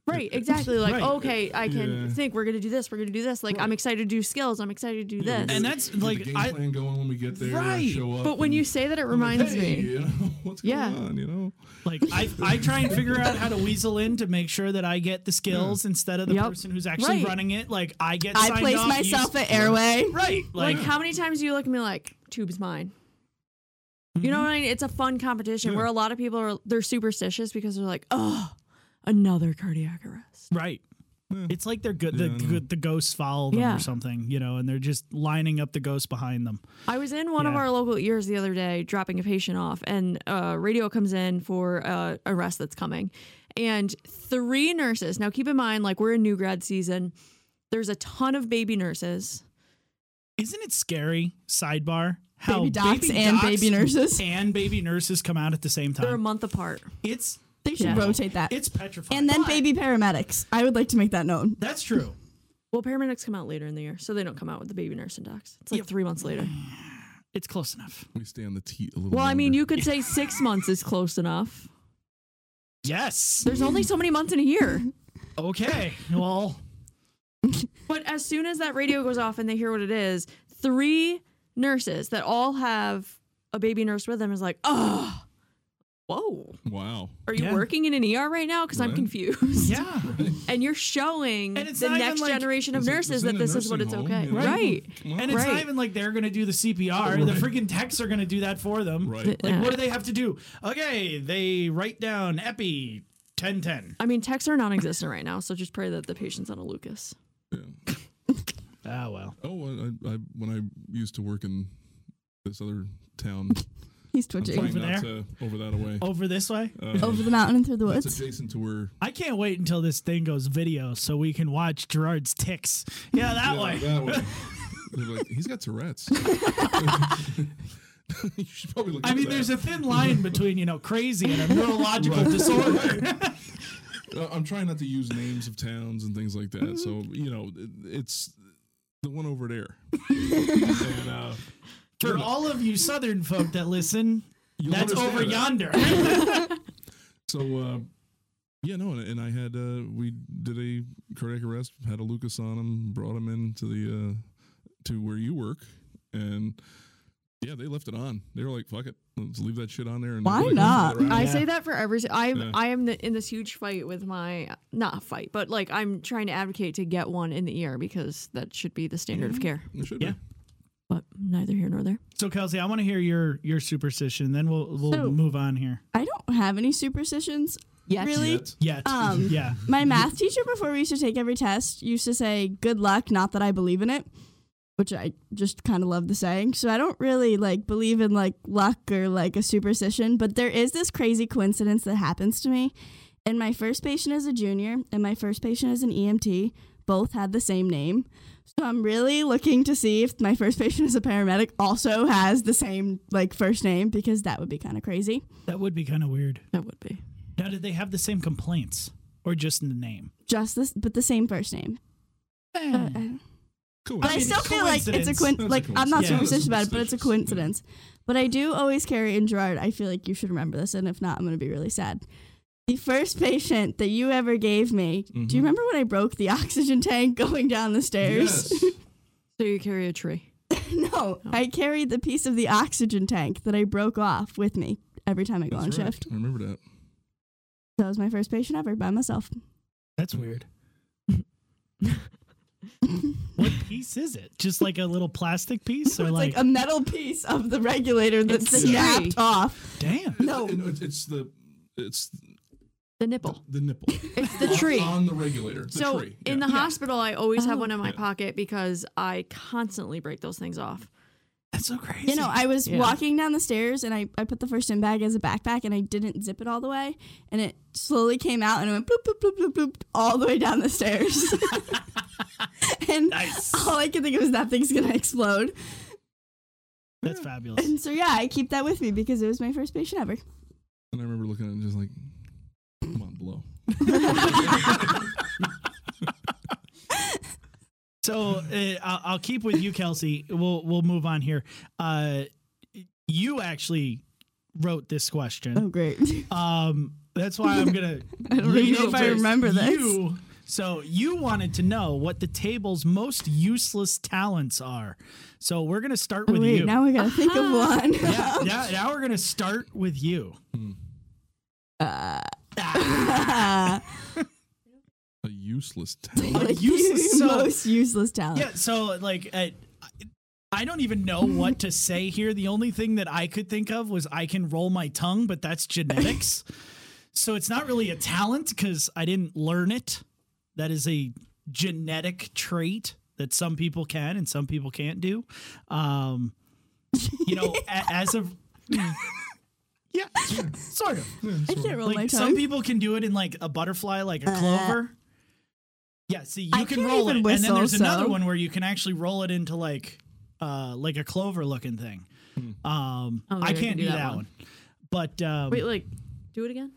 right, exactly. Like
Right.
okay, I can
Yeah.
think we're gonna do this. We're gonna do this. Like I'm excited to do skills. I'm excited to do this.
And that's
Get
like
the game
I
plan going when we get there.
Right.
Show up.
but when
and
you say that, it
I'm like,
reminds
"Hey,"
me.
you know, what's
Yeah.
going on? You know,
Like I, I try and figure out how to weasel in to make sure that I get the skills instead of the
Yep.
person who's actually
Right.
running it. Like I get.
Hmm. I
signed
place
off,
myself
you-
at airway.
right. Like,
Like, how many times do you look at me like tube's mine? You know what I mean? It's a fun competition where a lot of people are they're superstitious because they're like, oh, another cardiac arrest.
right. It's like they're good. The
Yeah, I know.
good, the ghosts follow them
Yeah.
or something, you know, and they're just lining up the ghosts behind them.
I was in one of
Yeah.
our local ears the other day dropping a patient off, and uh, radio comes in for uh, arrest that's coming, and three nurses. Now keep in mind, like we're in new grad season. There's a ton of baby nurses.
Isn't it scary? Sidebar: How
Baby docs and baby nurses.
and baby nurses come out at the same
They're a
time.
month apart.
It's
They should
Yeah.
rotate that.
it's petrifying.
and then
But-
baby paramedics. I would like to make that known.
That's true.
Well, paramedics come out later in the year, so they don't come out with the baby nurse and docs. It's like three months later.
It's close enough.
we stay on the teat a little.
Well, I mean,
longer.
you could say six months is close enough.
Yes.
There's only so many months in a year.
Okay. Well,
But as soon as that radio goes off and they hear what it is, three nurses that all have a baby nurse with them is like, oh, whoa.
Wow.
Are you
Yeah.
working in an ER right now? Because I'm
Right.
confused.
yeah.
And you're showing
And it's
the
not even
next
like-
generation of
It's like,
nurses
in
that
a
this is what it's
nursing home,
okay.
you know?
Right.
Come on.
And it's not
Right.
even like they're going to do the CPR. The freaking techs are going to do that for them.
Right.
Like,
Yeah.
what do they have to do? Okay, they write down epi 1010.
I mean, texts are non existent right now, so just pray that the patient's on a Lucas.
Ah, well.
Oh, I, I, when I used to work in this other town,
He's
I'm
twitching.
trying
Over
not
there?
to over that
Oh,
away.
Over this way?
Uh,
Over the mountain and through the
that's
woods.
adjacent to where
I can't wait until this thing goes video so we can watch Gerard's ticks. Yeah, that
Yeah,
way.
That way. They're like, he's got Tourette's. you should probably look
I mean, there's a thin line between, you know, crazy and a neurological disorder.
Uh, I'm trying not to use names of towns and things like that. So,
Mm-hmm.
you know, it, it's the one over there. and, uh,
For all of you Southern folk that listen,
you'll
that's
understand
over
that.
yonder.
So, uh, yeah, no, and, and I had, uh, we did a cardiac arrest, had a Lucas on him, brought him in to the, uh, to where you work. And yeah, they left it on. They were like, fuck it. Let's leave that shit on there. And
Why
Like,
not?
right.
I
Yeah.
say that for every. I'm
Yeah.
I am the, in this huge fight with my not fight, but like I'm trying to advocate to get one in the ER because that should be the standard of care.
It should
Yeah.
be.
But neither here nor there.
So, Kelsey, I want to hear your your superstition. Then we'll we'll
So-
move on here.
I don't have any superstitions.
Yes.
Really?
Yet.
Yet.
Um,
yeah.
My math teacher, before we used to take every test, used to say, Good luck, not that I believe in it, which I just kind of love the saying. So I don't really like believe in like luck or like a superstition, but there is this crazy coincidence that happens to me. And my first patient as a junior and my first patient as an EMT both had the same name. So I'm really looking to see if my first patient as a paramedic also has the same like first name because that would be kind of crazy.
That would be kind of weird.
That would be.
Now, did they have the same complaints or just in the name?
Just this, but the same first name.
Hmm.
Eh.
Cool.
But I,
mean,
still feel like it's a
coincidence.
coin.
That's a
Like I'm not
coincidence.
superstitious
Yeah.
about it, but it's a coincidence. But I do always carry in Gerard. I feel like you should remember this, and if not, I'm going to be really sad. The first patient that you ever gave me. Do you remember when I broke the oxygen tank going down the stairs?
Yes.
So you carry a tree.
no, I carried the piece of the oxygen tank that I broke off with me every time I go on
That's right.
shift.
I remember that.
That was my first patient ever by myself.
That's weird. what piece is it? Just like a little plastic piece,
So
or
it's like,
like,
a metal piece of the regulator that
It's the
snapped
tree.
off.
damn?
No.
It- it- it's the it's
The nipple.
the nipple
It's the tree.
on the regulator. The
So
tree.
in
yeah.
the hospital, I always have one in my
Yeah.
pocket because I constantly break those things off.
That's so crazy.
You know, I was
Yeah.
walking down the stairs and I, I put the first in bag as a backpack and I didn't zip it all the way. And it slowly came out and it went bloop, bloop, bloop, bloop, bloop all the way down the stairs. and
Nice.
all I could think of is that thing's going to explode.
that's fabulous.
And so, yeah, I keep that with me because it was my first patient ever.
and I remember looking at it and just like, come on, blow.
So uh, I'll, I'll keep with you, Kelsey. We'll we'll move on here. Uh, you actually wrote this question.
Oh, great.
Um, that's why I'm gonna. I
don't even know if I remember this.
You, so you wanted to know what the table's most useless talents are. So we're gonna start with
Oh, Wait,
you.
now we got to think of one.
yeah, yeah, now we're gonna start with you.
A useless talent.
Like,
useless-
the
so-
most useless talent.
Yeah, so like I, I don't even know what to say here. The only thing that I could think of was I can roll my tongue, but that's genetics. so it's not really a talent because I didn't learn it. That is a genetic trait that some people can and some people can't do. Um, you know, a, as of yeah, sort of.
I can't roll
Like
my
some
tongue. Uh.
people can do it in like a butterfly, like a clover. Yeah, see, you
I
can
can't
roll it,
even
and then
whistle,
there's another
so-
one where you can actually roll it into like, uh, like a clover looking thing. Um,
Oh,
I don't think
I
I can
can't
do
do
that
that one.
one.
But um,
Wait, like, do it again.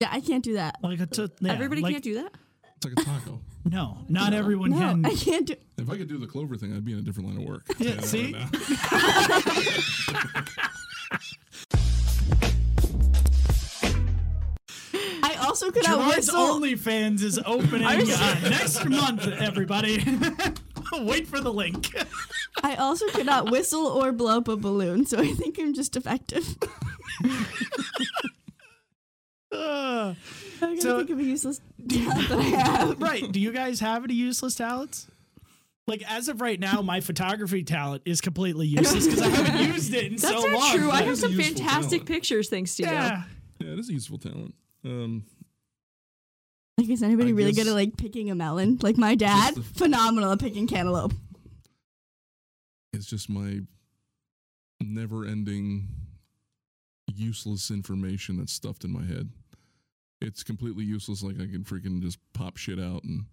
yeah, I can't do that.
like a t- yeah,
Everybody
like-
can't do that.
It's like a taco.
No, not everyone
No,
can.
I can't do
If I could do the clover thing, I'd be in a different line of work.
Yeah,
I don't
see?
know.
I also could not
Gerard's
whistle.
OnlyFans is opening uh, next month, everybody. Wait for the link.
I also could not whistle or blow up a balloon, so I think I'm just effective.
Uh,
I gotta
So-
think of a useless talent that I have.
right. Do you guys have any useless talents? Like as of right now, my photography talent is completely useless because I haven't used it in
That's
so
not
long.
true. I
That
have
is
some
a useful
fantastic
talent.
pictures, thanks to you.
Yeah.
Yeah, it is a useful talent. Um,
Like, is anybody
I
really
guess-
good at like picking a melon? Like my dad,
Just
phenomenal at picking cantaloupe.
it's just my never-ending useless information that's stuffed in my head. It's completely useless. Like I can freaking just pop shit out and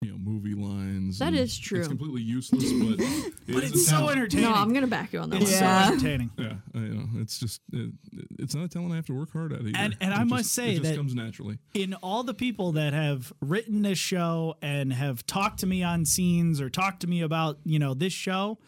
you know movie lines.
That
and
is true.
It's completely useless, but it
But
is a
it's so
talent.
entertaining.
No, I'm gonna back you on that
it's
one.
Yeah.
so entertaining.
Yeah, I you know. It's just it, it's not a talent I have to work hard at either.
And- and
It
I must
just-
say
it just
that-
comes naturally.
In all the people that have written this show and have talked to me on scenes or talked to me about, you know, this show,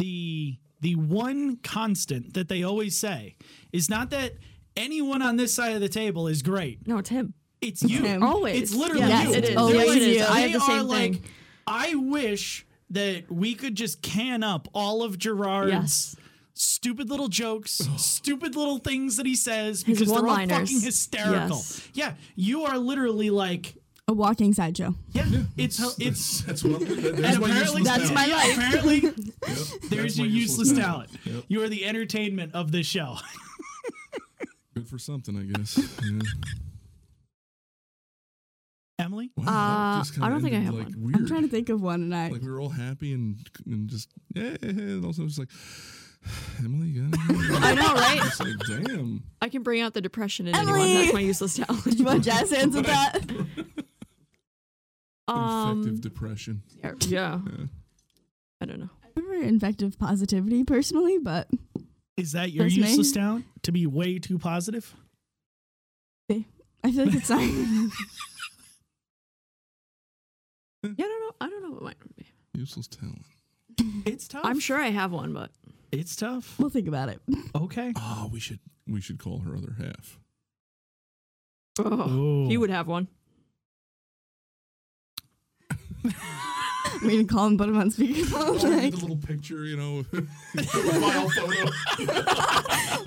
the the one constant that they always say is not that anyone on this side of the table is great.
No, it's him.
It's you.
him.
Always.
It's literally
yes,
you.
It is.
They're
Always
like-
it is.
you.
I have
they
the
are
same
like,
thing.
I wish that we could just can up all of Gerard's
Yes.
stupid little jokes, stupid little things that he says because they're all
one-liners.
fucking hysterical.
Yes.
Yeah, you are literally like,
A walking sideshow.
yeah, it's it's.
that's, that's what that- that's
And
my
apparently,
useless
that's
talent.
my
yeah,
life.
Apparently,
Yep,
there's
that's my
your useless talent.
Yep.
You are the entertainment of this show.
Good for something, I guess. Yeah.
Emily,
Wow,
Uh,
that just kinda
I don't think I
ended,
have
like,
one.
Weird.
I'm trying to think of one, and I
Like we were all happy and and just yeah, and also just like Emily, you got anything?
I know, right?
It's like, damn.
I can bring out the depression in
Emily!
anyone. That's my useless
Do
talent.
you want jazz hands with that?
Infective
Um,
depression.
yeah, yeah,
Yeah.
I don't know.
remember infective positivity personally, but
Is that your
That's me.
useless talent? To be way too positive?
I feel like it's not.
Yeah, I don't know. I don't know what mine would be.
Useless talent.
It's tough.
I'm sure I have one, but
it's tough.
we'll think about it.
Okay.
Oh, we should we should call her other half.
oh, he
Ooh.
would have one.
We need to call and put him on
Oh
Like,
speakerphone. Like,
the little picture, you know, profile photo.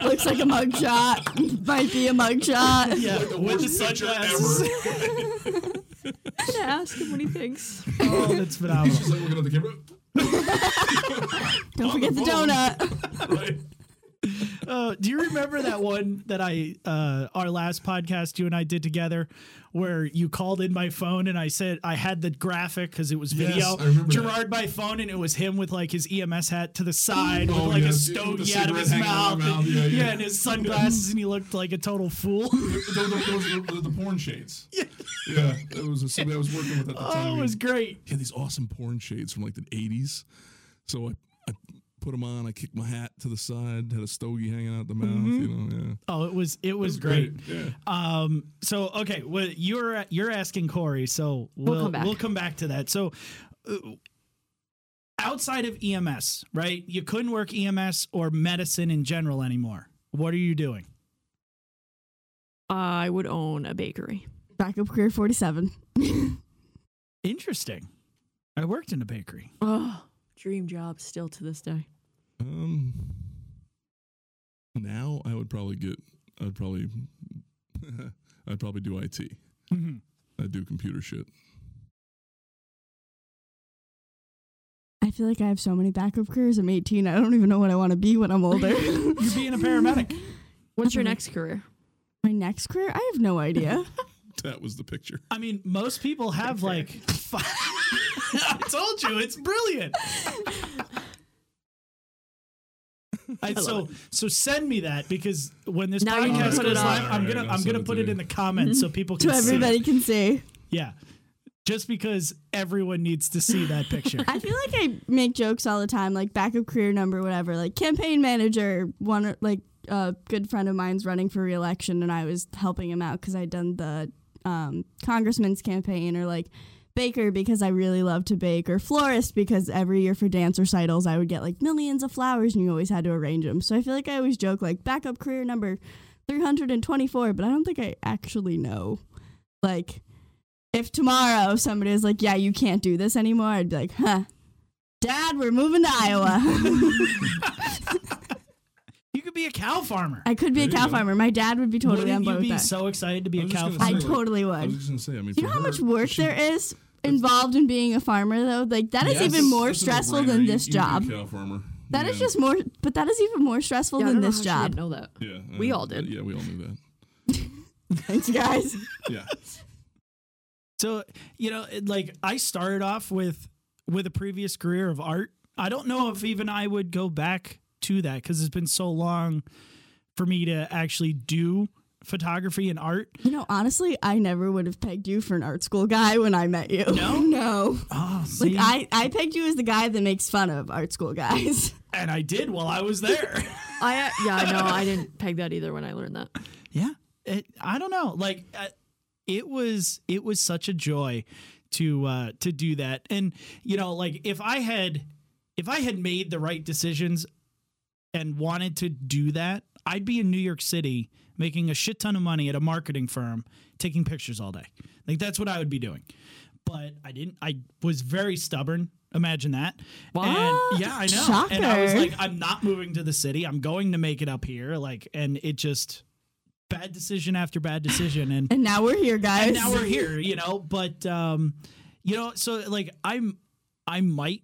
looks like a mugshot. Might be a mugshot.
Yeah, with the sunglasses.
I'm gonna ask him what he thinks.
Oh, that's
He's
phenomenal.
just like looking at the camera.
Don't forget the donut.
Right.
Uh, do you remember that one that I, uh, our last podcast you and I did together, where you called in my phone and I said I had the graphic because it was
Yes,
video.
I remember that.
Gerard by phone and it was him with like his EMS hat to the side
Oh,
with like
yes,
a
with the
stogie out
cigarette
of his
hanging out
mouth.
of his mouth, yeah, yeah.
and his sunglasses and he looked like a total fool.
Those, those, those were the porn shades. Yeah. Yeah. That was somebody I was working with at the time.
oh, it was great.
He had these awesome porn shades from like the 80s. So I, I put them on. I kicked my hat to the side, had a stogie hanging out the mouth, you know. Yeah.
Oh, it was it was great.
Great. Yeah.
Um. So okay, well, you're you're asking Corey, so we'll we'll
come
come back,
back.
to that. So. uh, Outside of EMS, right? You couldn't work EMS or medicine in general anymore. What are you doing?
I would own a bakery.
Backup career 47.
Interesting. I worked in a bakery.
Oh, dream job still to this day.
Um, now I would probably get. I'd probably. I'd probably do IT. I'd do computer shit.
I feel like I have so many backup careers. I'm 18. I don't even know what I want to be when I'm older.
You're being a paramedic.
What's your
Mhm.
next career?
My next career? I have no idea.
That was the picture.
I mean, most people have like. Five. I told you, it's brilliant. I, so so send me that because when this
Now you
can
podcast
put it
goes
on.
live, I'm
Alright,
gonna
I'll
I'm
send
gonna
it
put
to
it
you.
in the comments so people can
so
see.
everybody can see.
Yeah, just because everyone needs to see that picture.
I feel like I make jokes all the time, like backup career number, whatever, like campaign manager. One like a good friend of mine's running for reelection, and I was helping him out because I'd done the um, congressman's campaign, or like baker because I really love to bake, or florist because every year for dance recitals I would get like millions of flowers, and you always had to arrange them. So I feel like I always joke like backup career number three hundred and twenty-four, but I don't think I actually know, like. If tomorrow somebody was like, "Yeah, you can't do this anymore," I'd be like, "Huh, Dad, we're moving to Iowa.
you could be a cow farmer.
I could be a
There you
cow
go.
farmer. My dad would be totally on
Wouldn't you
board
be
with that.
so excited to be
I
a
was just
cow
gonna
farmer?
I
like-
totally
I was
would.
just gonna say. I mean,
You know how much work there is involved in being a farmer, though. Like that is even more stressful
E
than this job.
Cow farmer.
That
yeah.
is just more, but that is even more stressful
Yeah, I
than
don't know
this
how she
job.
didn't know that.
Yeah. I
We
know.
all did.
Yeah, we all knew that.
Thanks, guys.
Yeah.
So you know, it- like I started off with with a previous career of art. I don't know if even I would go back to that because it's been so long for me to actually do photography and art.
You know, honestly, I never would have pegged you for an art school guy when I met you. No, no.
Oh,
Like
see,
I, I pegged you as the guy that makes fun of art school guys.
and I did while I was there.
I uh, yeah, I know. I didn't peg that either when I learned that.
yeah, it, Eh, I don't know. Like uh, it was, it was such a joy to uh, to do that. And you know, like if I had if I had made the right decisions and wanted to do that, I'd be in New York City making a shit ton of money at a marketing firm taking pictures all day. Like that's what I would be doing. But I didn't I was very stubborn. Imagine that. And
What?
yeah, I know. And I was
Shocker.
like, I'm not moving to the city. I'm going to make it up here. Like and it just bad decision after bad decision. And
And now we're here, guys.
and now we're here, you know. But um, you know, so like I'm, I might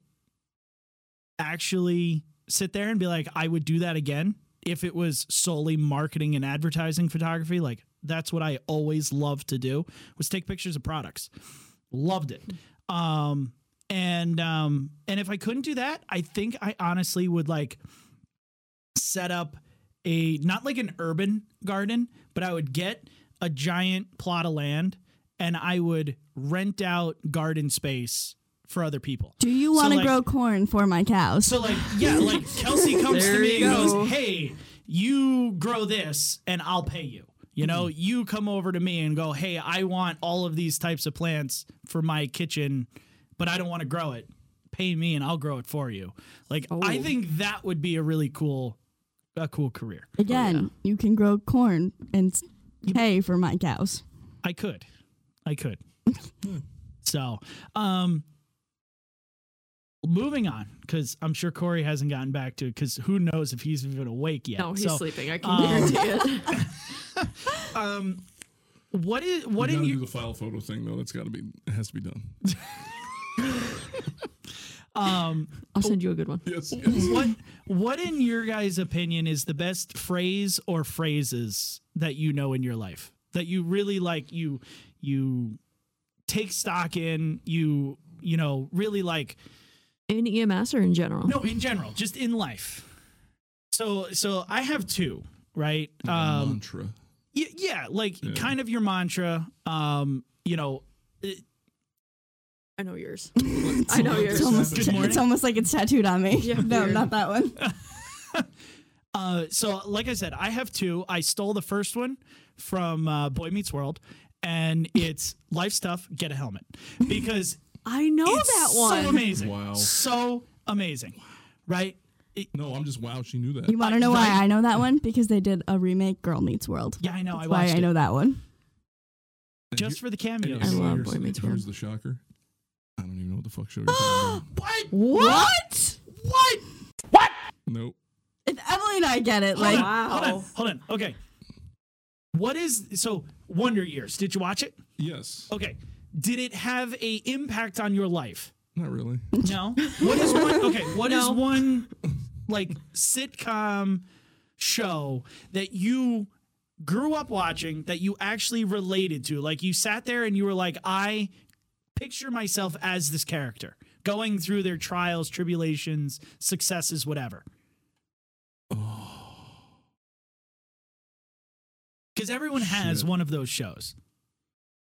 actually sit there and be like, I would do that again if it was solely marketing and advertising photography. Like that's what I always loved to do was take pictures of products. Loved it. Um, and um, and if I couldn't do that, I think I honestly would like set up a not like an urban garden, but I would get a giant plot of land and I would rent out garden space for other people.
Do you
So,
want to
like-
grow corn for my cows?
so oh, like, yeah, like Kelsey comes to
There
me
you
and
go.
goes, "Hey, you grow this, and I'll pay you." You know,
Mm-hmm.
you come over to me and go, "Hey, I want all of these types of plants for my kitchen, but I don't want to grow it. Pay me, and I'll grow it for you." Like, I
Oh.
think that would be a really cool, a cool career.
Again, you can grow corn and s- hay for my cows.
I could. I could.
Hmm.
so, um moving on cuz I'm sure Corey hasn't gotten back to cuz who knows if he's even awake yet.
No, he's
so,
sleeping. I can
um,
guarantee it.
um what is
You
what
gotta
in
do
your
the file photo thing though. That's gotta be it has to be done.
um
I'll send you a good one.
Yes. yes.
what what in your guys opinion is the best phrase or phrases that you know in your life that you really like you you take stock in you you know really like
In EMS or in general?
No, in general, just in life. So so I have two, right? Um
Mantra.
y- yeah, like
Yeah.
kind of your mantra, um, you know, it-
I know yours. I know yours.
It's almost,
Good
ta-
morning.
it's almost like it's tattooed on me.
Yeah,
no,
weird.
not that one.
uh so like I said, I have two. I stole the first one from uh, Boy Meets World and it's life's tough, get a helmet. Because
I know
it's
that one.
so amazing.
Wow.
So amazing. Right? It-
No, I'm just wow, she knew that.
You want to know
right.
why I know that one? Because they did a remake, Girl Meets World.
yeah, I know. I
That's why
watched
I
it
know that one.
just for the
And
cameos.
I love
here's-
Boy Meets
Here's
World.
the shocker. I don't even know what the fuck show you're talking about.
What?
What?
What?
Nope.
If Emily and I get it,
Hold
like
on, hold on,
Oh, Wow.
hold on. Okay. What is so Wonder Years? Did you watch it?
Yes.
Okay. Did it have a impact on your life?
Not really.
No. What is one? Okay. What is
No.
one like sitcom show that you grew up watching that you actually related to? Like you sat there and you were like, I picture myself as this character going through their trials, tribulations, successes, whatever.
Oh,
Because everyone has
Shit.
one of those shows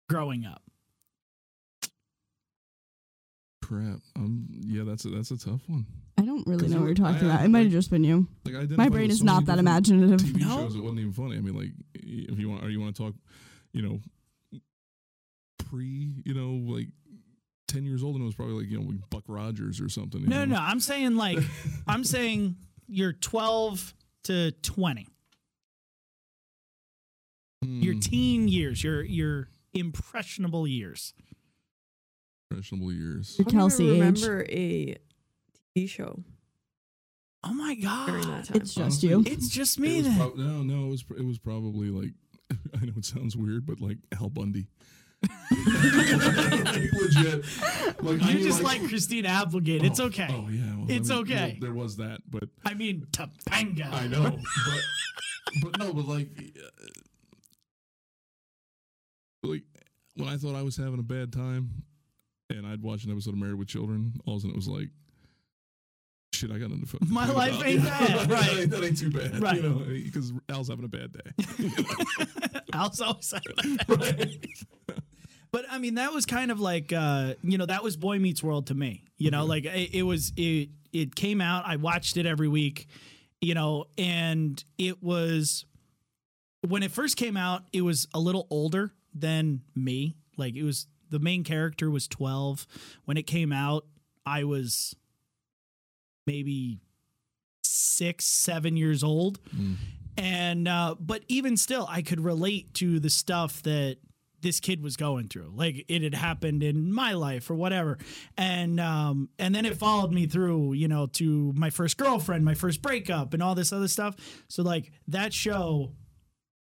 growing up.
Crap. Um. Yeah. That's a that's a tough one.
I don't really
'Cause
know
you-
what you're talking
I- I-
about. It might have just been you.
Like I identified
My brain
with
is
so
not
many
that
different
imaginative.
TV
No?
shows. It wasn't even funny. I mean, like if you want or you want to talk, you know, pre, you know, like ten years old, and it was probably like you know like Buck Rogers or something. you
No,
know?
no, I'm saying like I'm saying you're 12 to 20. Your
Hmm,
teen years, your your impressionable years.
Impressionable years.
The Kelsey
I
age.
remember a TV show
Oh my
during that
god.
time.
It's just you.
It's just
It
me
was
then.
prob- no, no, it was it was probably like I know it sounds weird, but like Al Bundy. Like, legit. Like, I
you're
mean,
just like, Christine Applegate. It's
oh,
okay.
Oh yeah, well, I
It's
mean,
okay.
well, there was that, but
I mean, Topanga.
I know, but but no, but like uh, like when I thought I was having a bad time, and I'd watch an episode of Married with Children, all of a sudden it was like, shit, I got nothing to fucking
My
complain
life
about.
ain't bad,
that,
right.
ain't, that ain't too bad,
Right.
You know, because Al's having a bad day.
Al's always having a bad day. But I mean, that was kind of like uh, you know that was Boy Meets World to me. You know, like it, it was it it came out. I watched it every week. You know, and it was when it first came out. It was a little older than me. Like it was the main character was twelve when it came out. I was maybe six, seven years old and uh, but even still i could relate to the stuff that this kid was going through like it had happened in my life or whatever and um and then it followed me through you know to my first girlfriend my first breakup and all this other stuff so like that show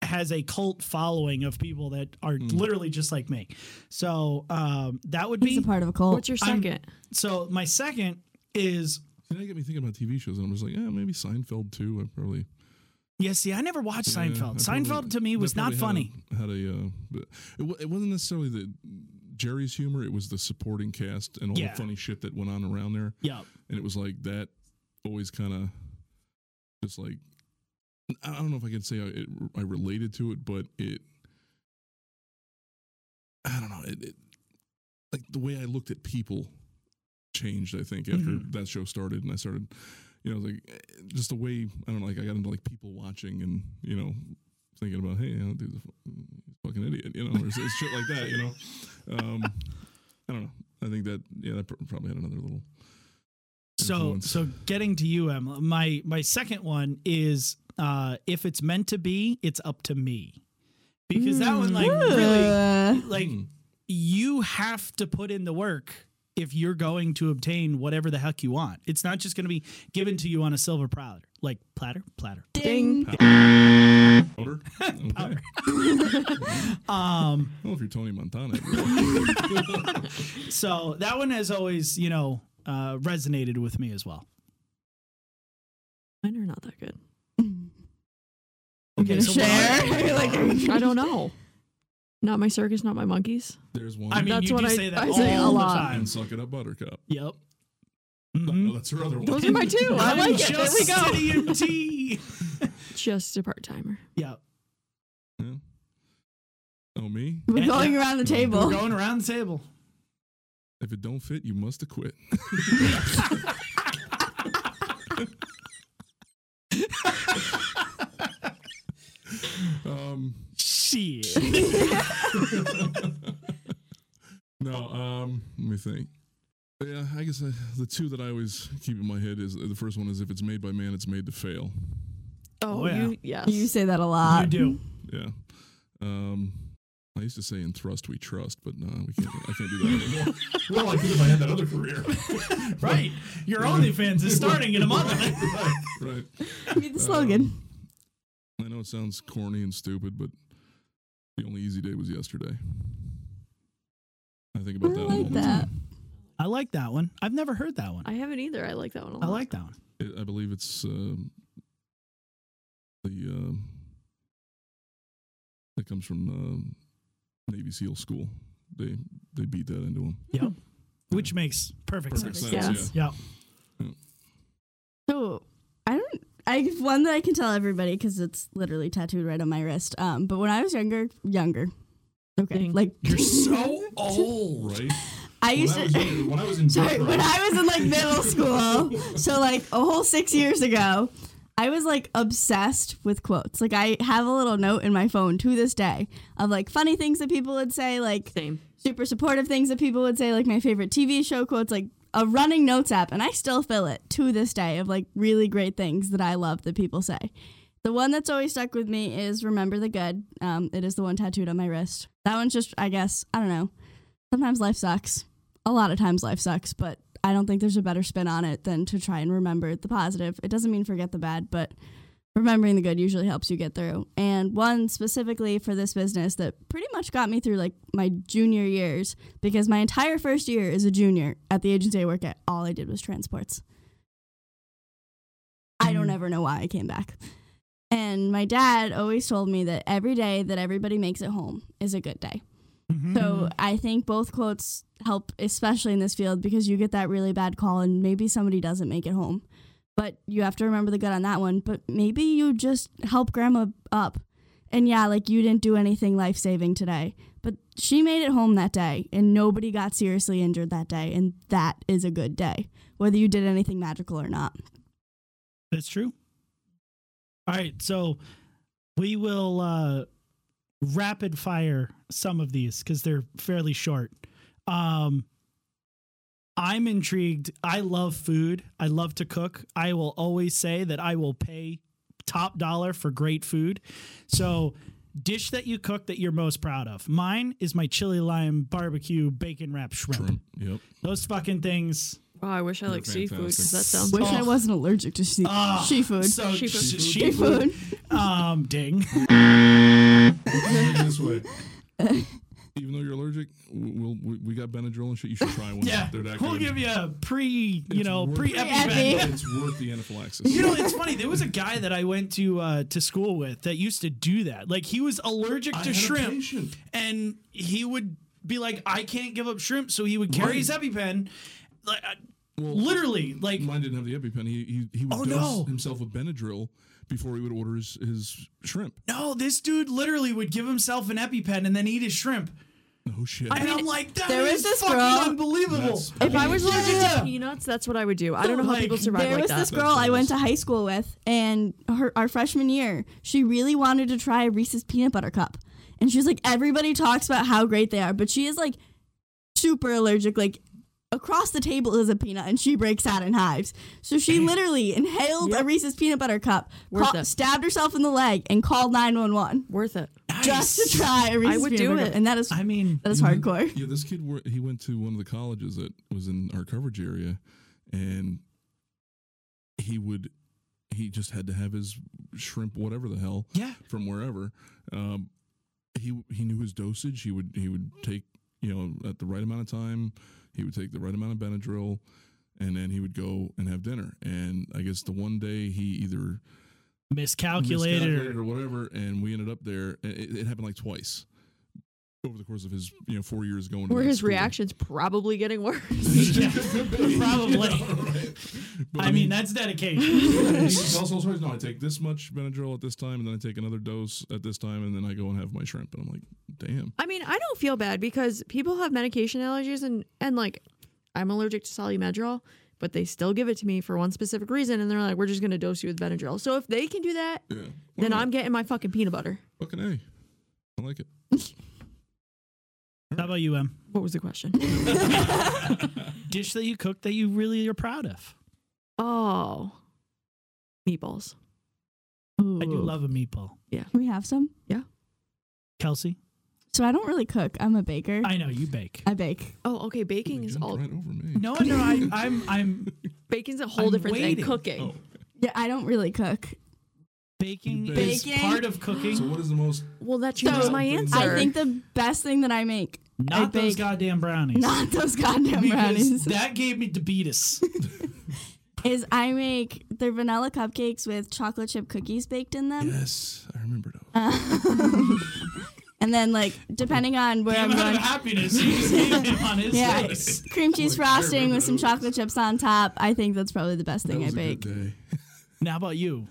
has a cult following of people that are
Mm.
literally just like me so um that would
He's
be
a part of a cult.
What's your
I'm-
2nd
so my second is
And that got me thinking about TV shows, and I'm just like, yeah, maybe Seinfeld too. I probably
yeah see i never watched
yeah,
seinfeld
I probably-
seinfeld to me
that
was not
probably
funny
Had a, had a, uh, but it, wa- it wasn't necessarily the Jerry's humor; it was the supporting cast and all
Yeah.
the funny shit that went on around there.
yeah
and it was like that always kind of just like I don't know if I can say I, it, I related to it, but it, I don't know, it, it, like the way I looked at people changed. I think after
Mhm.
that show started, and I started, you know, like eh, just the way I don't know, like I got into like people watching, and you know, thinking about hey, that dude's a fu- fucking idiot, you know, or s- shit like that, you know. Um, I don't know. I think that yeah, that pr- probably had another little.
So
influence.
so getting to you, Emma. My my second one is uh, if it's meant to be, it's up to me. Because that one like
Hmm.
really
Uh,
like
Hmm.
you have to put in the work if you're going to obtain whatever the heck you want. It's not just going to be given to you on a silver platter, like platter, platter.
ding.
Powder? Okay.
Um,
Well, if you're Tony Montana, you're-
so that one has always, you know, uh, resonated with me as well.
Mine are not that good.
Okay, so what I-
Share. like,
I don't know. Not my circus, not my monkeys.
there's one.
I mean,
That's
you
what
do
I-
say that
I
all
say a
the
lot.
time.
and suck it up, Buttercup.
Yep.
No,
Mhm.
that's her other one.
Those are my two. I
I'm
like it. There we
just
go.
CDMT.
Just a part timer.
yep.
Yeah. Oh me?
we're
And- uh,
going around the
We're
Oh.
table.
going around the table.
If it don't fit, you must have quit. um,
Shit.
no. Um, let me think. Yeah, I guess I, the two that I always keep in my head is uh, the first one is if it's made by man, it's made to fail.
Oh,
Oh, yeah.
you, yes.
You say that a
Uh,
You
lot.
do.
Yeah. Um, I used to say in thrust we trust, but no, we can't. I can't do that anymore. well, I could if I had that other career.
Right. Your OnlyFans is starting in a month.
right, right.
Be the slogan.
Um, I know it sounds corny and stupid, but the only easy day was yesterday. I think
I
about that. all
like
the
that.
time.
I like that one. I've never heard that one.
I haven't either. I like that one a lot.
I like that one.
It, I believe it's um, the um, that comes from um, Navy SEAL school. They they beat that into them.
Yep. Which makes perfect,
Perfect
sense.
sense.
Yes.
Yep.
So I don't. I one that I can tell everybody because it's literally tattooed right on my wrist. Um, but when I was younger, younger. Okay,
Ding.
like
You're so old, right?
I used
when, I was
to.
younger, when I was in
Sorry,
birth
when
row-
I was in like middle school, so like a whole six years ago, I was like obsessed with quotes. Like I have a little note in my phone to this day of like funny things that people would say, like
Same.
super supportive things that people would say, like my favorite TV show quotes, like a running notes app, and I still fill it to this day of like really great things that I love that people say. The one that's always stuck with me is "Remember the Good." Um, it is the one tattooed on my wrist. That one's just, I guess, I don't know. Sometimes life sucks. A lot of times life sucks, but I don't think there's a better spin on it than to try and remember the positive. It doesn't mean forget the bad, but remembering the good usually helps you get through. And one specifically for this business that pretty much got me through like my junior years because my entire first year as a junior at the agency I work at, all I did was transports. I don't ever know why I came back. And my dad always told me that every day that everybody makes it home is a good day.
Mm-hmm.
So I think both quotes help, especially in this field, because you get that really bad call and maybe somebody doesn't make it home. But you have to remember the good on that one. But maybe you just help grandma up. And yeah, like you didn't do anything life saving today, but she made it home that day and nobody got seriously injured that day. And that is a good day, whether you did anything magical or not.
That's true. All right, so we will uh rapid fire some of these cuz they're fairly short. Um I'm intrigued. I love food. I love to cook. I will always say that I will pay top dollar for great food. So, dish that you cook that you're most proud of. Mine is my chili lime barbecue bacon wrap shrimp.
Shrimp, Yep.
Those fucking things
Oh, I wish I liked seafood because that sounds
Wish I wasn't allergic to sea-
Ah,
seafood.
So
She
sh-
food.
she
seafood.
food. Um, ding.
this way. Even though you're allergic, we- we'll, we, we got Benadryl and shit. You should try one.
Yeah,
They're that
we'll
good.
give you a pre, you
It's
know,
worth-
pre
Pre-epi.
epi.
It's worth the anaphylaxis.
You know, it's funny. There was a guy that I went to uh, to school with that used to do that. Like he was allergic
I
to
had a
shrimp,
patient.
and he would be like, "I can't give up shrimp," so he would carry his EpiPen, like uh, literally, like
Mine didn't have the EpiPen. He he, he would
Oh,
dose
no.
himself with Benadryl before he would order his, his shrimp.
No, this dude literally would give himself an EpiPen and then eat his shrimp.
No shit.
And I'm like, that
there
is
was this
fucking
girl-
unbelievable.
That's-
If I was allergic
Yeah.
to peanuts, that's what I would do. I don't know how
Like,
people survive
There
like
was
that.
this girl I went to high school with, and her our freshman year, she really wanted to try Reese's peanut butter cup, and she was like, everybody talks about how great they are, but she is like super allergic, like. Across the table is a peanut, and she breaks out in hives. So she literally inhaled a Reese's peanut butter cup,
Worth
ca-
it.
stabbed herself in the leg, and called nine one one
Worth it.
just to try a Reese's
would
peanut
do
butter
it. Mm-hmm.
cup. And that is,
I mean,
that is hardcore.
Yeah, this kid wor- he went to one of the colleges that was in our coverage area, and he would he just had to have his shrimp, whatever the hell,
yeah.
from wherever. Um, he he knew his dosage. He would he would take you know at the right amount of time. He would take the right amount of Benadryl, and then he would go and have dinner. And I guess the one day he either
Miscalculated.
miscalculated
or
or whatever, and we ended up there. It, it happened like twice over the course of his you know four years going. to
Were
that
his
school.
reactions probably getting worse?
Yeah, probably.
But,
I mean, that's dedication.
he tells all sorts. No, I take this much Benadryl at this time, and then I take another dose at this time, and then I go and have my shrimp. And I'm like, damn.
I mean, I don't feel bad because people have medication allergies, and and like, I'm allergic to solumedrol, but they still give it to me for one specific reason, and they're like, we're just gonna dose you with Benadryl. So if they can do that,
Yeah.
then I'm getting my fucking peanut butter.
fucking a. I like it.
How about you, Em?
What was the question?
Dish that you cooked that you really are proud of.
oh, meatballs.
I do love a meatball.
We have some.
Kelsey,
So I don't really cook. I'm a baker. I,
I know you bake.
bake.
Oh, okay. Baking is
Jumped
all.
right over me.
No, no, I, I'm, I'm
Baking's a whole
I'm
different
waiting.
thing. Cooking.
Oh.
Yeah, I don't really cook.
baking
You
is
bake.
part of
So
cooking.
what is the most?
Well, that changes
So,
my
I
answer.
I think the best thing that I make, I
Not those
bake,
goddamn brownies.
not those goddamn
because
brownies,
that gave me diabetes.
is I make their vanilla cupcakes with chocolate chip cookies baked in them,
Yes, I remember those.
and then like depending on where
I'm out of
everyone,
happiness. He just gave him on his
Yeah.
face.
cream cheese
Like, I
frosting with some
remember those.
chocolate chips on top. I think that's probably the best thing I bake.
day.
Now, how about you?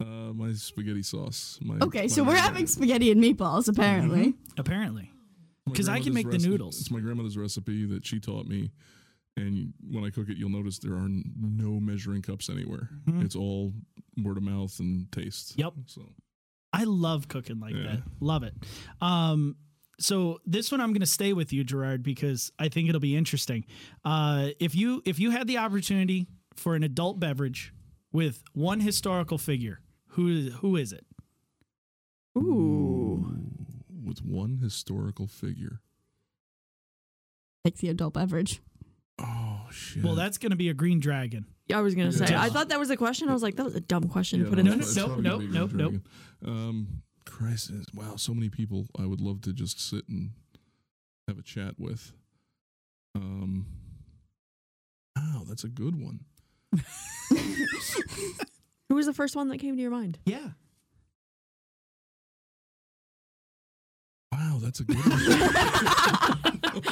Uh, my spaghetti sauce. My,
Okay,
my
so we're
grandma-
having spaghetti and meatballs apparently.
Apparently.
my
'cause I can
grandmother's
make the
recipe-
noodles.
It's my grandmother's recipe that she taught me, and when I cook it, you'll notice there are n- no measuring cups anywhere. It's all word of mouth and taste.
Mm-hmm. Yep.
So
I love cooking like
Yeah.
that. Love it. Um, so this one I'm going to stay with you, Gerard, because I think it'll be interesting. Uh, if you if you had the opportunity for an adult beverage with one historical figure, who is who is it?
Ooh.
with one historical figure.
Like the adult beverage.
Oh shit.
Well, that's going to be a green dragon.
I was gonna say.
Yeah.
I thought that was a question. I was like, that was a dumb question. to
Yeah,
put in
no,
there.
no,
it's
nope,
probably gonna
nope,
be a Green
nope,
Dragon. Um, Christ, is- wow, so many people I would love to just sit and have a chat with. Um, wow, that's a good one.
Who was the first one that came to your mind?
Yeah.
Wow, that's a good one.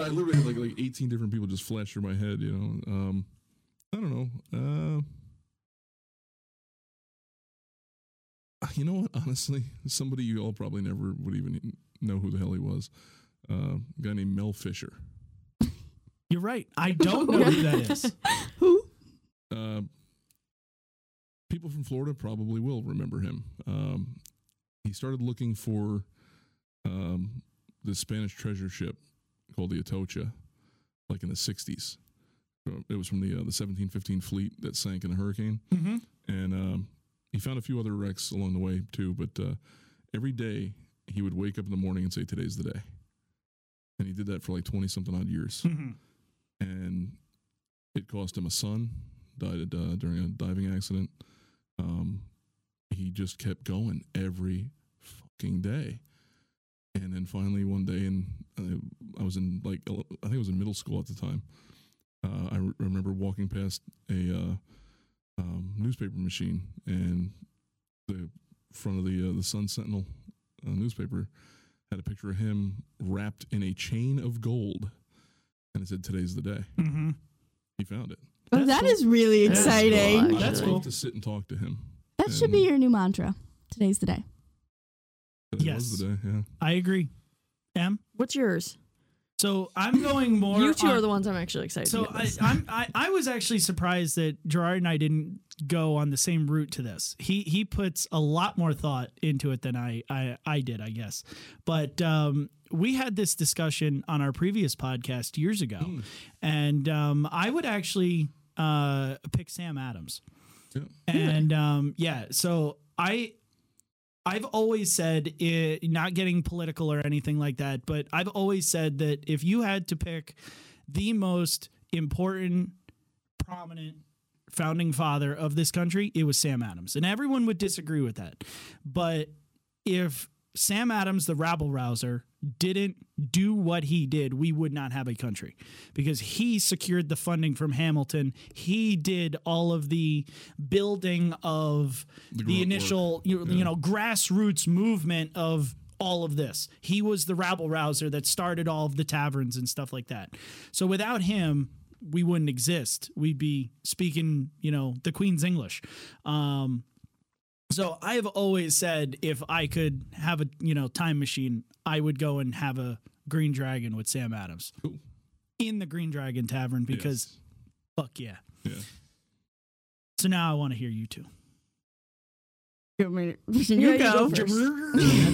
I literally had like like eighteen different people just flash through my head. You know, um, I don't know. Uh, you know what? Honestly, somebody you all probably never would even know who the hell he was. Uh, a guy named Mel Fisher.
You're right. I don't know who that is.
Who?
Uh, people from Florida probably will remember him. Um, he started looking for um, the Spanish treasure ship called the Atocha, like in the '60s. Uh, It was from the uh, the 1715 fleet that sank in a hurricane,
Mhm.
and um, he found a few other wrecks along the way too. But uh, every day he would wake up in the morning and say, "Today's the day," and he did that for like 20 something odd years
Mhm.
and it cost him a son died uh, during a diving accident um, he just kept going every fucking day and then finally one day and i was in like ele- i think i was in middle school at the time uh, i re- remember walking past a uh, um, newspaper machine and the front of the uh, the sun sentinel uh, newspaper had a picture of him wrapped in a chain of gold and it said today's the day
Mhm.
he found it.
Oh, that is really
That's cool,
exciting.
actually.
That's
I'd
cool.
like to sit and talk to him.
That should be your new mantra. Today's the day.
Today
Yes.
was the day, yeah.
I agree. Em?
What's yours?
So I'm going more.
you two
on-
are the ones I'm actually excited.
So
to get
I,
this.
I'm, I, I was actually surprised that Gerard and I didn't go on the same route to this. He he puts a lot more thought into it than I I, I did, I guess. But um, we had this discussion on our previous podcast years ago, and um, I would actually uh, pick Sam Adams.
Yeah.
And um, yeah, so I I've always said it, not getting political or anything like that, but I've always said that if you had to pick the most important, prominent founding father of this country, it was Sam Adams. And everyone would disagree with that. But if Sam Adams, the rabble rouser, didn't do what he did, we would not have a country because he secured the funding from Hamilton. He did all of the building of the,
grunt work.
initial, you, you know, grassroots movement of all of this. He was the rabble rouser that started all of the taverns and stuff like that. So without him, we wouldn't exist. We'd be speaking, you know, the Queen's English. Um, so I've always said if I could have a you know time machine, I would go and have a Green Dragon with Sam Adams
Cool.
in the Green Dragon Tavern because fuck yeah.
Yes. Yeah.
So now I want to hear you two.
You want me to-
Yeah,
you
you go
go.
first.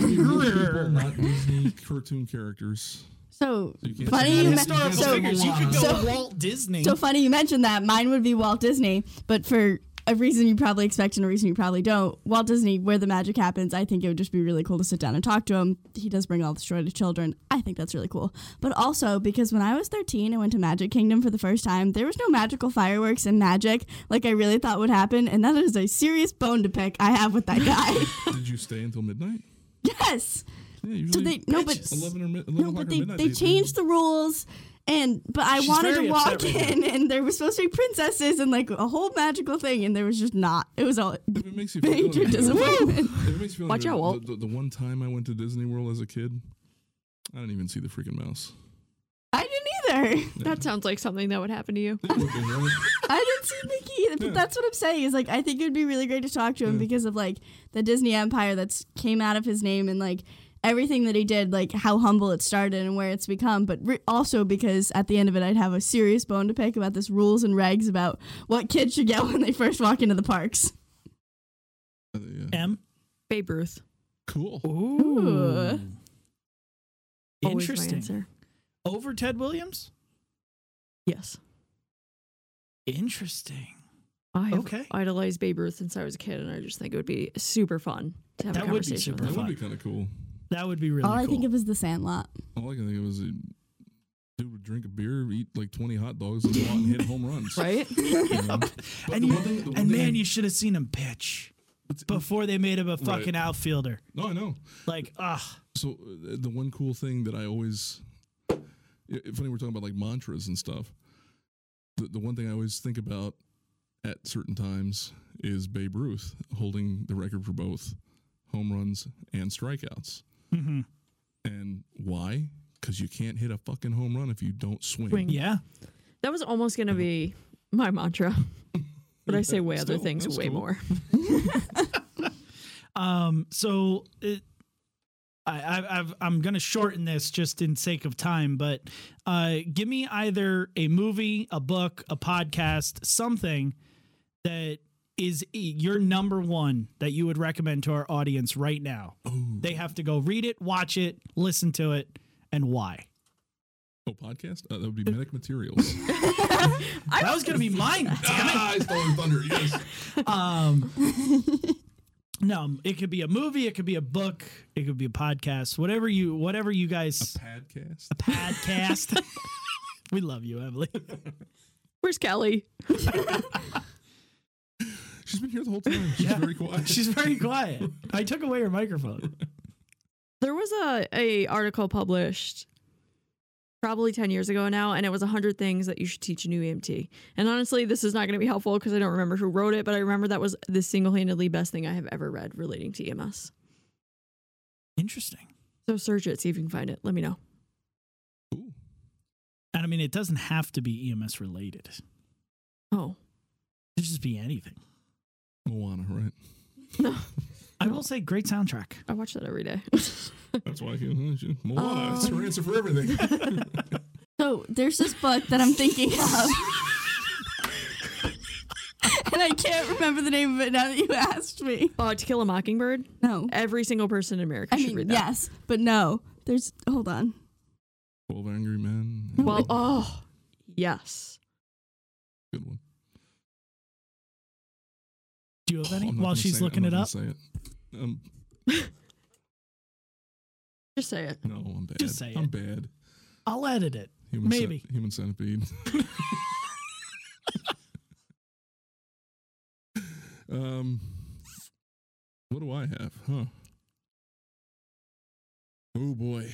people, not Disney cartoon characters.
So
So you can't
funny.
say
You
that.
men-
Historical
so,
figures, you could
so-
Walt Disney.
so funny you mentioned that. Mine would be Walt Disney, but for a reason you probably expect and a reason you probably don't. Walt Disney, where the magic happens, I think it would just be really cool to sit down and talk to him. He does bring all the joy to children. I think that's really cool. But also because when I was 13 and went to Magic Kingdom for the first time, there was no magical fireworks and magic like I really thought would happen, and that is a serious bone to pick I have with that guy.
Did you stay until midnight?
yes.
Yeah, usually
So they no, but
eleven or mid- eleven
no,
o'clock
but
or
they,
midnight.
they changed the rules and but I
She's
wanted
very
to
upset
walk
right
in and there was supposed to be princesses and like a whole magical thing and there was just not. It was all
If it makes you feel
major
any better- if
disappointment.
it makes you feel any
Watch out,
better,
Walt.
The, the, the one time I went to Disney World as a kid, I didn't even see the freaking mouse.
I didn't either.
that sounds like something that would happen to you.
It would've been really-
I didn't see Mickey either. But
Yeah.
that's what I'm saying is like I think it would be really great to talk to him
Yeah.
because of like the Disney Empire that's came out of his name and like everything that he did, like how humble it started and where it's become. But re- also because at the end of it, I'd have a serious bone to pick about this rules and regs about what kids should get when they first walk into the parks.
Uh, yeah.
M.
Babe Ruth.
Cool.
Ooh.
Always my
Interesting.
answer.
Over Ted Williams?
Yes.
Interesting.
I have
Okay.
idolized Babe Ruth since I was a kid, and I just think it would be super fun to have
That
a
would be
conversation
super
with
That
him.
would be kind of cool.
That would be really
All I
cool.
think of is the Sandlot.
All I can think of is a dude uh, would drink a beer, eat like twenty hot dogs, and go out and hit home runs.
Right?
You know? But
and
the
you,
one thing- the one
and
thing I-
man, you should have seen him pitch before they made him a fucking outfielder.
No, I know.
Like, ah,
So uh, the one cool thing that I always, i- funny we're talking about like mantras and stuff. The, the one thing I always think about at certain times is Babe Ruth holding the record for both home runs and strikeouts.
Mm-hmm.
And why? Because you can't hit a fucking home run if you don't swing.
Swing.
yeah.
That was almost going to be my mantra. But I say way other
Still,
things
that's
way
cool.
more.
Um, so it, I, I, I've, I'm going to shorten this just in sake of time, but uh, give me either a movie, a book, a podcast, something that is e- your number one that you would recommend to our audience right now. They have to go read it, watch it, listen to it, and why.
Oh, podcast? Uh, that would be Medic Materials.
that was going to be mine. damn it.
ah, I stole your thunder. Yes.
Um, no, it could be a movie, it could be a book, it could be a podcast, whatever you, whatever you guys.
Podcast.
podcast. we love you, Emily.
Where's Kelly?
She's been here the whole time. She's
Yeah.
very quiet.
She's very quiet. I took away her microphone.
There was a, a article published probably 10 years ago now, and it was 100 things that you should teach a new EMT. And honestly, this is not going to be helpful because I don't remember who wrote it, but I remember that was the single-handedly best thing I have ever read relating to E EMS.
Interesting.
So search it, see if you can find it. Let me know.
Cool.
E And I mean, it doesn't have to be EMS related.
Oh,
Could just be anything.
Moana, right?
I will say, great soundtrack.
I watch that every day.
That's why you Moana. That's your answer for everything.
So there's this book that I'm thinking of. and I can't remember the name of it now that you asked me.
uh, to Kill a Mockingbird.
No.
Every single person in America
I
should
mean,
read that.
yes, but no. There's, hold on.
Twelve Angry Men.
Well, oh, yes.
good one.
Do you have any?
I'm not
uh, While
gonna
she's
say I'm
looking
not
it
gonna
up,
say it. Um,
Just say it.
no, I'm bad.
Just say
I'm
it.
bad.
I'll edit it.
Human cen-
Maybe.
human centipede. um, what do I have? Huh. Oh boy,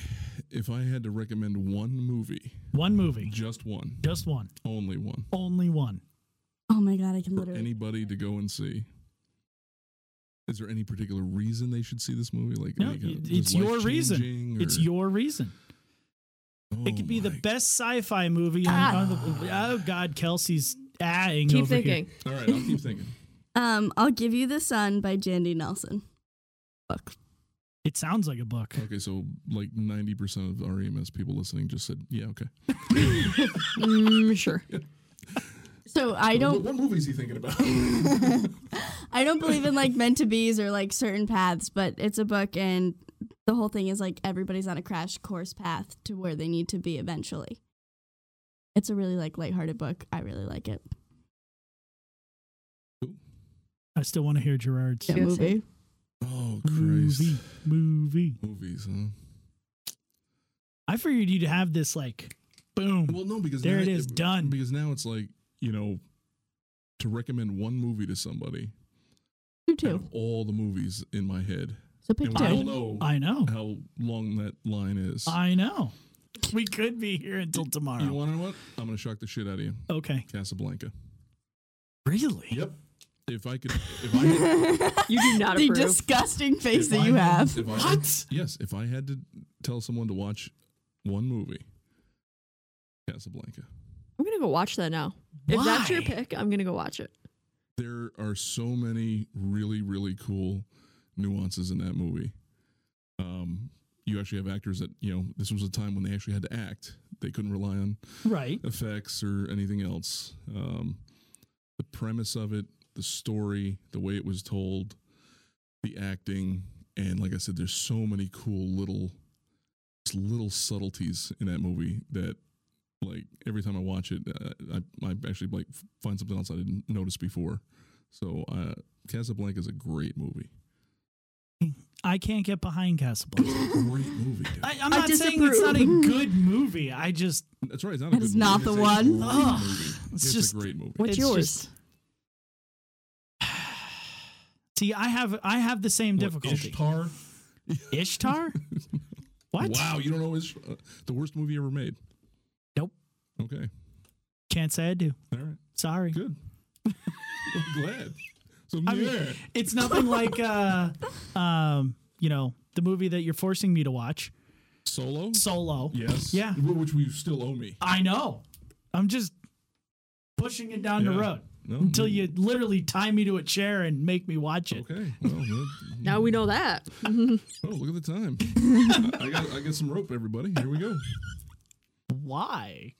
if I had to recommend one movie,
One movie,
just one,
just one,
only one,
only one.
Oh my God, I can
for
literally.
anybody to go and see. Is there any particular reason they should see this movie? Like,
No,
like uh,
it- it's your reason. It's your reason.
Oh
It could be the best sci-fi movie. on-
Ah.
on the- oh God, Kelsey's ahing
Keep
over here.
thinking.
All right, I'll keep thinking.
Um, I'll give you the sun by Jandy Nelson. Book.
It sounds like a book.
Okay, so like ninety percent of REMS people listening just said, "Yeah, okay."
Mm, sure.
So I don't,
What, movie is he thinking about?
I don't believe in like meant to be's or like certain paths, but it's a book and the whole thing is like everybody's on a crash course path to where they need to be eventually. It's a really like lighthearted book. I really like it.
I still want to hear Gerard's
Yeah,
Yes,
movie.
oh, Christ!
movie. Movie.
Movies, huh?
I figured you'd have this like, boom.
Well, no, because
There
now
it is, done.
Because now it's like you know, to recommend one movie to somebody
You
out
too.
of all the movies in my head,
So pick
and we all
two.
know
I know.
how long that line is.
I know. We could be here until tomorrow.
you want to know what? I'm gonna shock the shit out of you.
okay.
Casablanca.
Really?
Yep. If I could, if I had,
You do not
The
approve.
disgusting face
if
that
I
you
had-
have.
if I had-
What?
yes, if I had to tell someone to watch one movie, Casablanca.
I'm gonna go watch that now. If that's your
Why?
pick, I'm gonna go watch it.
There are so many really, really cool nuances in that movie. Um, you actually have actors that you know. This was a time when they actually had to act. They couldn't rely on
Right.
effects or anything else. Um, the premise of it, the story, the way it was told, the acting, and like I said, there's so many cool little, just little subtleties in that movie that, like every time I watch it, uh, I I actually like find something else I didn't notice before. So uh, Casablanca is a great movie.
I can't get behind Casablanca.
Great movie. dude.
I, I'm
I
not saying it's not a good movie. I just
That's right. It's not a
That is
good
not
movie.
the
It's a
one.
great
Ugh.
movie.
It's
It's,
just-
a great movie.
What's
It's
yours?
just- see. I have I have the same
What,
difficulty.
Ishtar.
Ishtar? What?
Wow, you don't know is uh, the worst movie ever made.
Nope.
Okay.
Can't say I do.
All right.
Sorry.
Good. I'm glad. So
I mean,
yeah.
It's nothing like uh um, you know, the movie that you're forcing me to watch.
Solo.
Solo.
Yes.
Yeah.
Wh- Which we still owe me.
I know. I'm just pushing it down the
Yeah.
road
No,
until
no.
you literally tie me to a chair and make me watch it.
Hmm. Okay. Well, well,
Now we know that.
oh, look at the time. I, I got I got some rope, everybody. Here we go.
Why?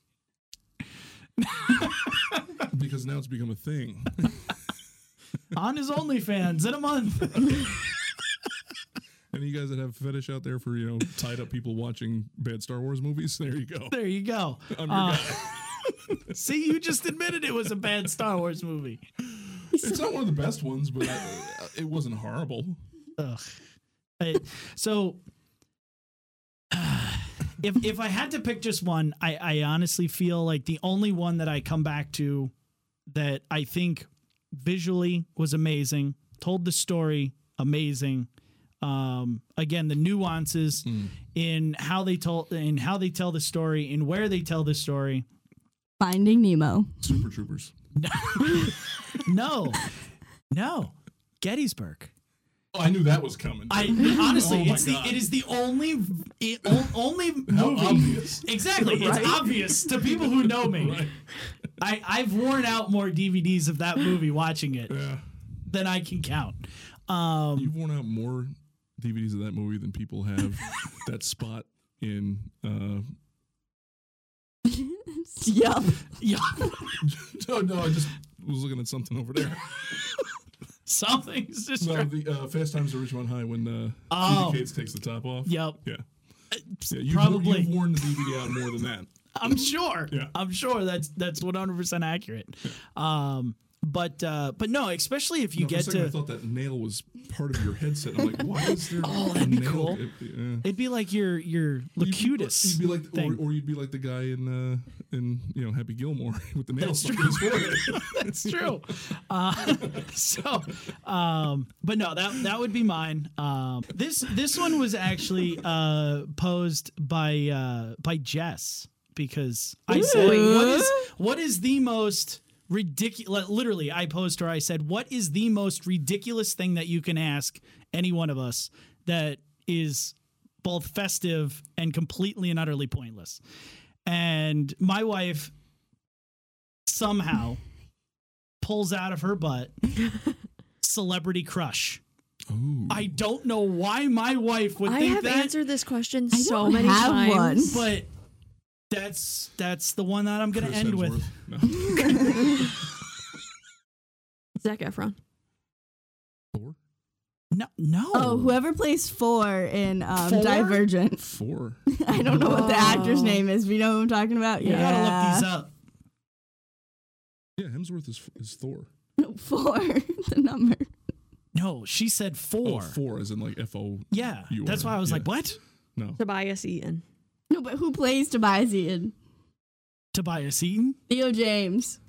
Because now it's become a thing.
On his OnlyFans in a month.
Any of you guys that have fetish out there for you know tied up people watching bad Star Wars movies? There you go.
There you go.
I'm your
Uh,
guy.
see, you just admitted it was a bad Star Wars movie.
It's not one of the best ones, but I, uh, it wasn't horrible.
Ugh. I- so, if if I had to pick just one, I I honestly feel like the only one that I come back to that I think visually was amazing, told the story amazing. Um, again, the nuances in how they told in how they tell the story, in where they tell the story.
Finding Nemo.
Super Troopers.
No, no, Gettysburg.
Oh, I knew that was coming.
I honestly, it's the, it is the only it, o- only
How
movie.
obvious.
Exactly,
Right?
it's obvious to people who know me.
Right.
I I've worn out more DVDs of that movie watching it
Yeah.
than I can count. Um,
You've worn out more DVDs of that movie than people have that spot in uh
Yup.
yeah,
no no I just was looking at something over there.
something's just
No, the uh, Fast Times at Ridgemont High when uh
Oh.
Phoebe Cates takes the top off.
yep.
Yeah. Yeah, you've,
Probably.
you've worn the DVD out more than that.
I'm sure.
Yeah.
I'm sure that's that's 100 percent accurate. Um, but uh, but no, especially if you
No, for a
get
second, I
to,
thought that nail was part of your headset. I'm like, why is there?
Oh,
a
that'd be
nail?
cool.
It- yeah.
it'd be like your your
You'd be-
locutus.
You'd be like,
thing.
or, or you'd be like the guy in uh, in you know Happy Gilmore with the nail
That's
stuck in
true.
his forehead.
That's true. Uh, so, um, but no, that that would be mine. Um, this this one was actually uh, posed by uh, by Jess because I said,
Ooh.
"What is what is the most ridiculous?" Literally, I posed her. I said, "What is the most ridiculous thing that you can ask any one of us that is both festive and completely and utterly pointless?" And my wife somehow pulls out of her butt celebrity crush.
Ooh.
I don't know why my wife would
I
think
have
that,
answered this question
I
so
don't
many
have
times.
one.
but that's that's the one that I'm going to
Chris
end with.
Hemsworth. No.
Zac Efron.
Four.
No, no.
Oh, whoever plays four in um,
Four?
Divergent.
Four.
I don't know what the actor's
Oh.
name is. We know who I'm talking about.
you
Yeah.
gotta look these up.
Yeah, Hemsworth is, is Thor.
Four, the number.
No, she said
Oh,
four.
four as in like F O.
Yeah,
You
that's
are,
why I was
yeah.
like, "What?"
No.
Tobias Eaton.
No, but who plays Tobias Eaton?
Tobias Eaton.
Theo James.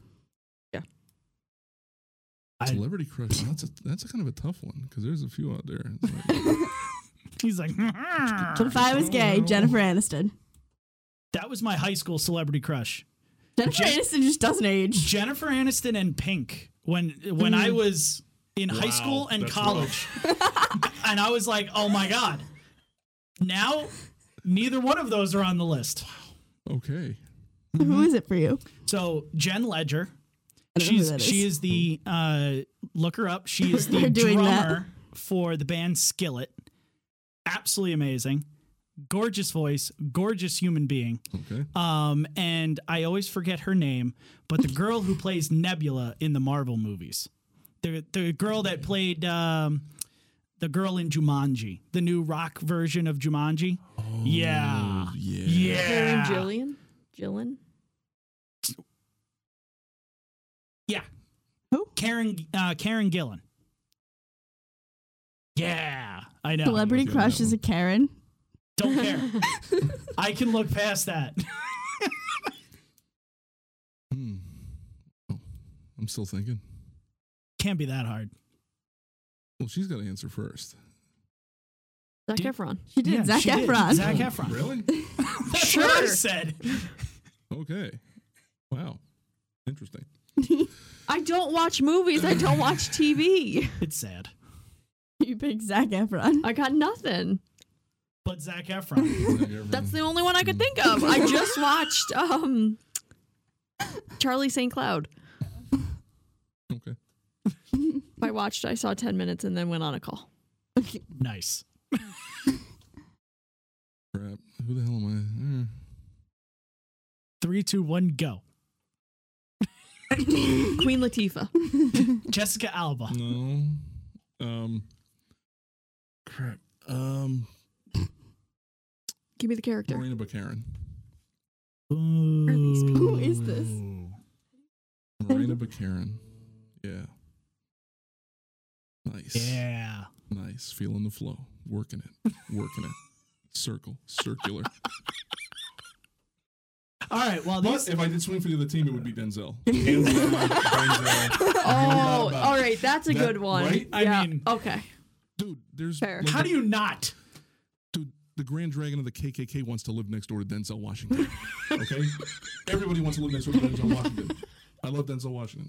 I,
Celebrity crush. That's a that's a kind of a tough one because there's a few out there. It's like-
he's like, Ah,
If I was gay, Jennifer Aniston.
that was my high school celebrity crush.
Jennifer
Jen-
Aniston just doesn't age.
Jennifer Aniston and Pink when when I was in high
Mm. Wow,
school and
that's
college. and I was like, "Oh my god." Now neither one of those are on the list.
okay.
Mm-hmm.
Who is it for you?
So, Jen Ledger,
I don't know who
she's
that
she is the uh look her up. She is the
They're doing that.
drummer for the band Skillet. Absolutely amazing. Gorgeous voice, gorgeous human being.
Okay.
Um, and I always forget her name, but the girl who plays Nebula in the Marvel movies, the the girl that played um, the girl in Jumanji, the new rock version of Jumanji. yeah,
Oh, yeah.
yeah,
Karen Jillian. Jillian.
yeah.
Who?
Karen uh, Karen Gillan. Yeah, I know.
Celebrity
I'm with you on
crush
that
is a Karen.
Don't care. I can look past that.
Hmm. Oh, I'm still thinking.
Can't be that hard.
Well, she's got to answer first.
Zac
Did-
Efron.
She did Zac
she did.
Efron.
Zac Efron.
Oh, Really?
That's what I
Sure.
said.
Okay. Wow. Interesting.
I don't watch movies. I don't watch TV.
It's sad,
You picked Zac Efron.
I got nothing.
but Zac Efron.
That's the only one I could think of. I just watched um Charlie St. Cloud.
okay.
I watched, I saw 10 minutes and then went on a call.
Nice.
Crap. Who the hell am
Three, two, one, go.
Queen Latifah.
Jessica Alba.
I? Eh, no. Um. Crap. Um.
Give me the character.
Marina Baccarin.
are these people?
Who is this?
Ooh.
Marina Baccarin. Yeah. Nice.
Yeah.
Nice. Feeling the flow. Working it. Working it. Circle. Circular.
All right. Well,
But
these.
if I did swing for the other team, it would be Denzel. Hands down, Denzel.
Oh,
about
all right. That's a
that,
good one.
right?
I
Yeah.
mean-
okay.
Dude, there's
Fair.
like,
How do you not?
dude, the Grand Dragon of the KKK wants to live next door to Denzel Washington. Okay, everybody wants to live next door to Denzel Washington. I love Denzel Washington.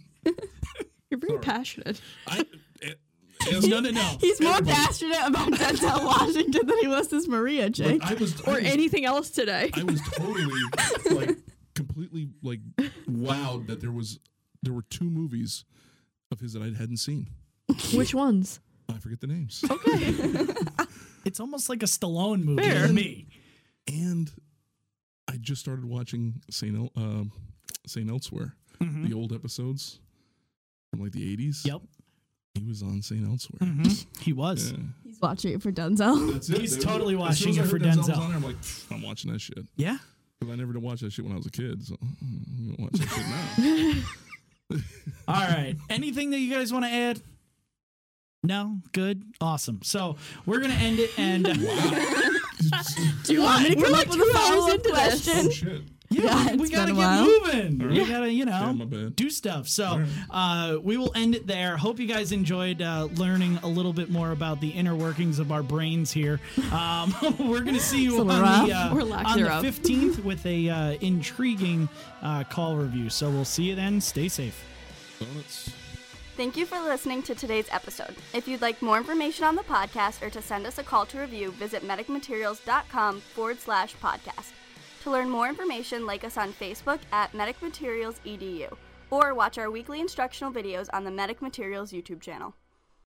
You're very
Sorry.
passionate.
I, eh,
No, no, no.
He's more passionate about Denzel Washington than he was this Maria, Jake.
I was
or
I was,
anything else today.
I was totally like completely like wowed that there was there were two movies of his that I hadn't seen.
Which ones?
I forget the names.
Oh. It's almost like a Stallone movie
Fair.
to me.
and I just started watching Saint El- um Saint Elsewhere, the old episodes from like the eighties.
Hmm. Yep.
he was on Saint Elsewhere.
He was.
Yeah.
He's watching it for Denzel.
That's it.
He's
That-
totally
as soon
watching
as I
it
heard
for
was
Denzel.
on there, I'm like, "Pfft, I'm watching that shit
Yeah.
because I never did watch that shit when I was a kid. So I'm gonna watch that shit now.
All right. Anything that you guys want to add? No? Good? Awesome. So we're going to end it. And
Do you want me to
We're
come
like
up with a
two hours
follow-up
into this.
question?
oh shit!
yeah,
Yeah,
we- we,
it's
got to
been
get
a while.
moving. We got to, you know.
Damn, my bad.
do stuff. So
All
uh, we will end it there. Hope you guys enjoyed uh, learning a little bit more about the inner workings of our brains here. Um, we're going to see you on
little
the,
rough,
uh,
or lack
on the
thereof.
15th with a uh, intriguing uh, call review. So we'll see you then. Stay safe.
Donuts.
Thank you for listening to today's episode. If you'd like more information on the podcast or to send us a call to review, visit medicmaterials.com forward slash podcast. To learn more information, like us on Facebook at E medicmaterialsedu or watch our weekly instructional videos on the Medic Materials YouTube channel.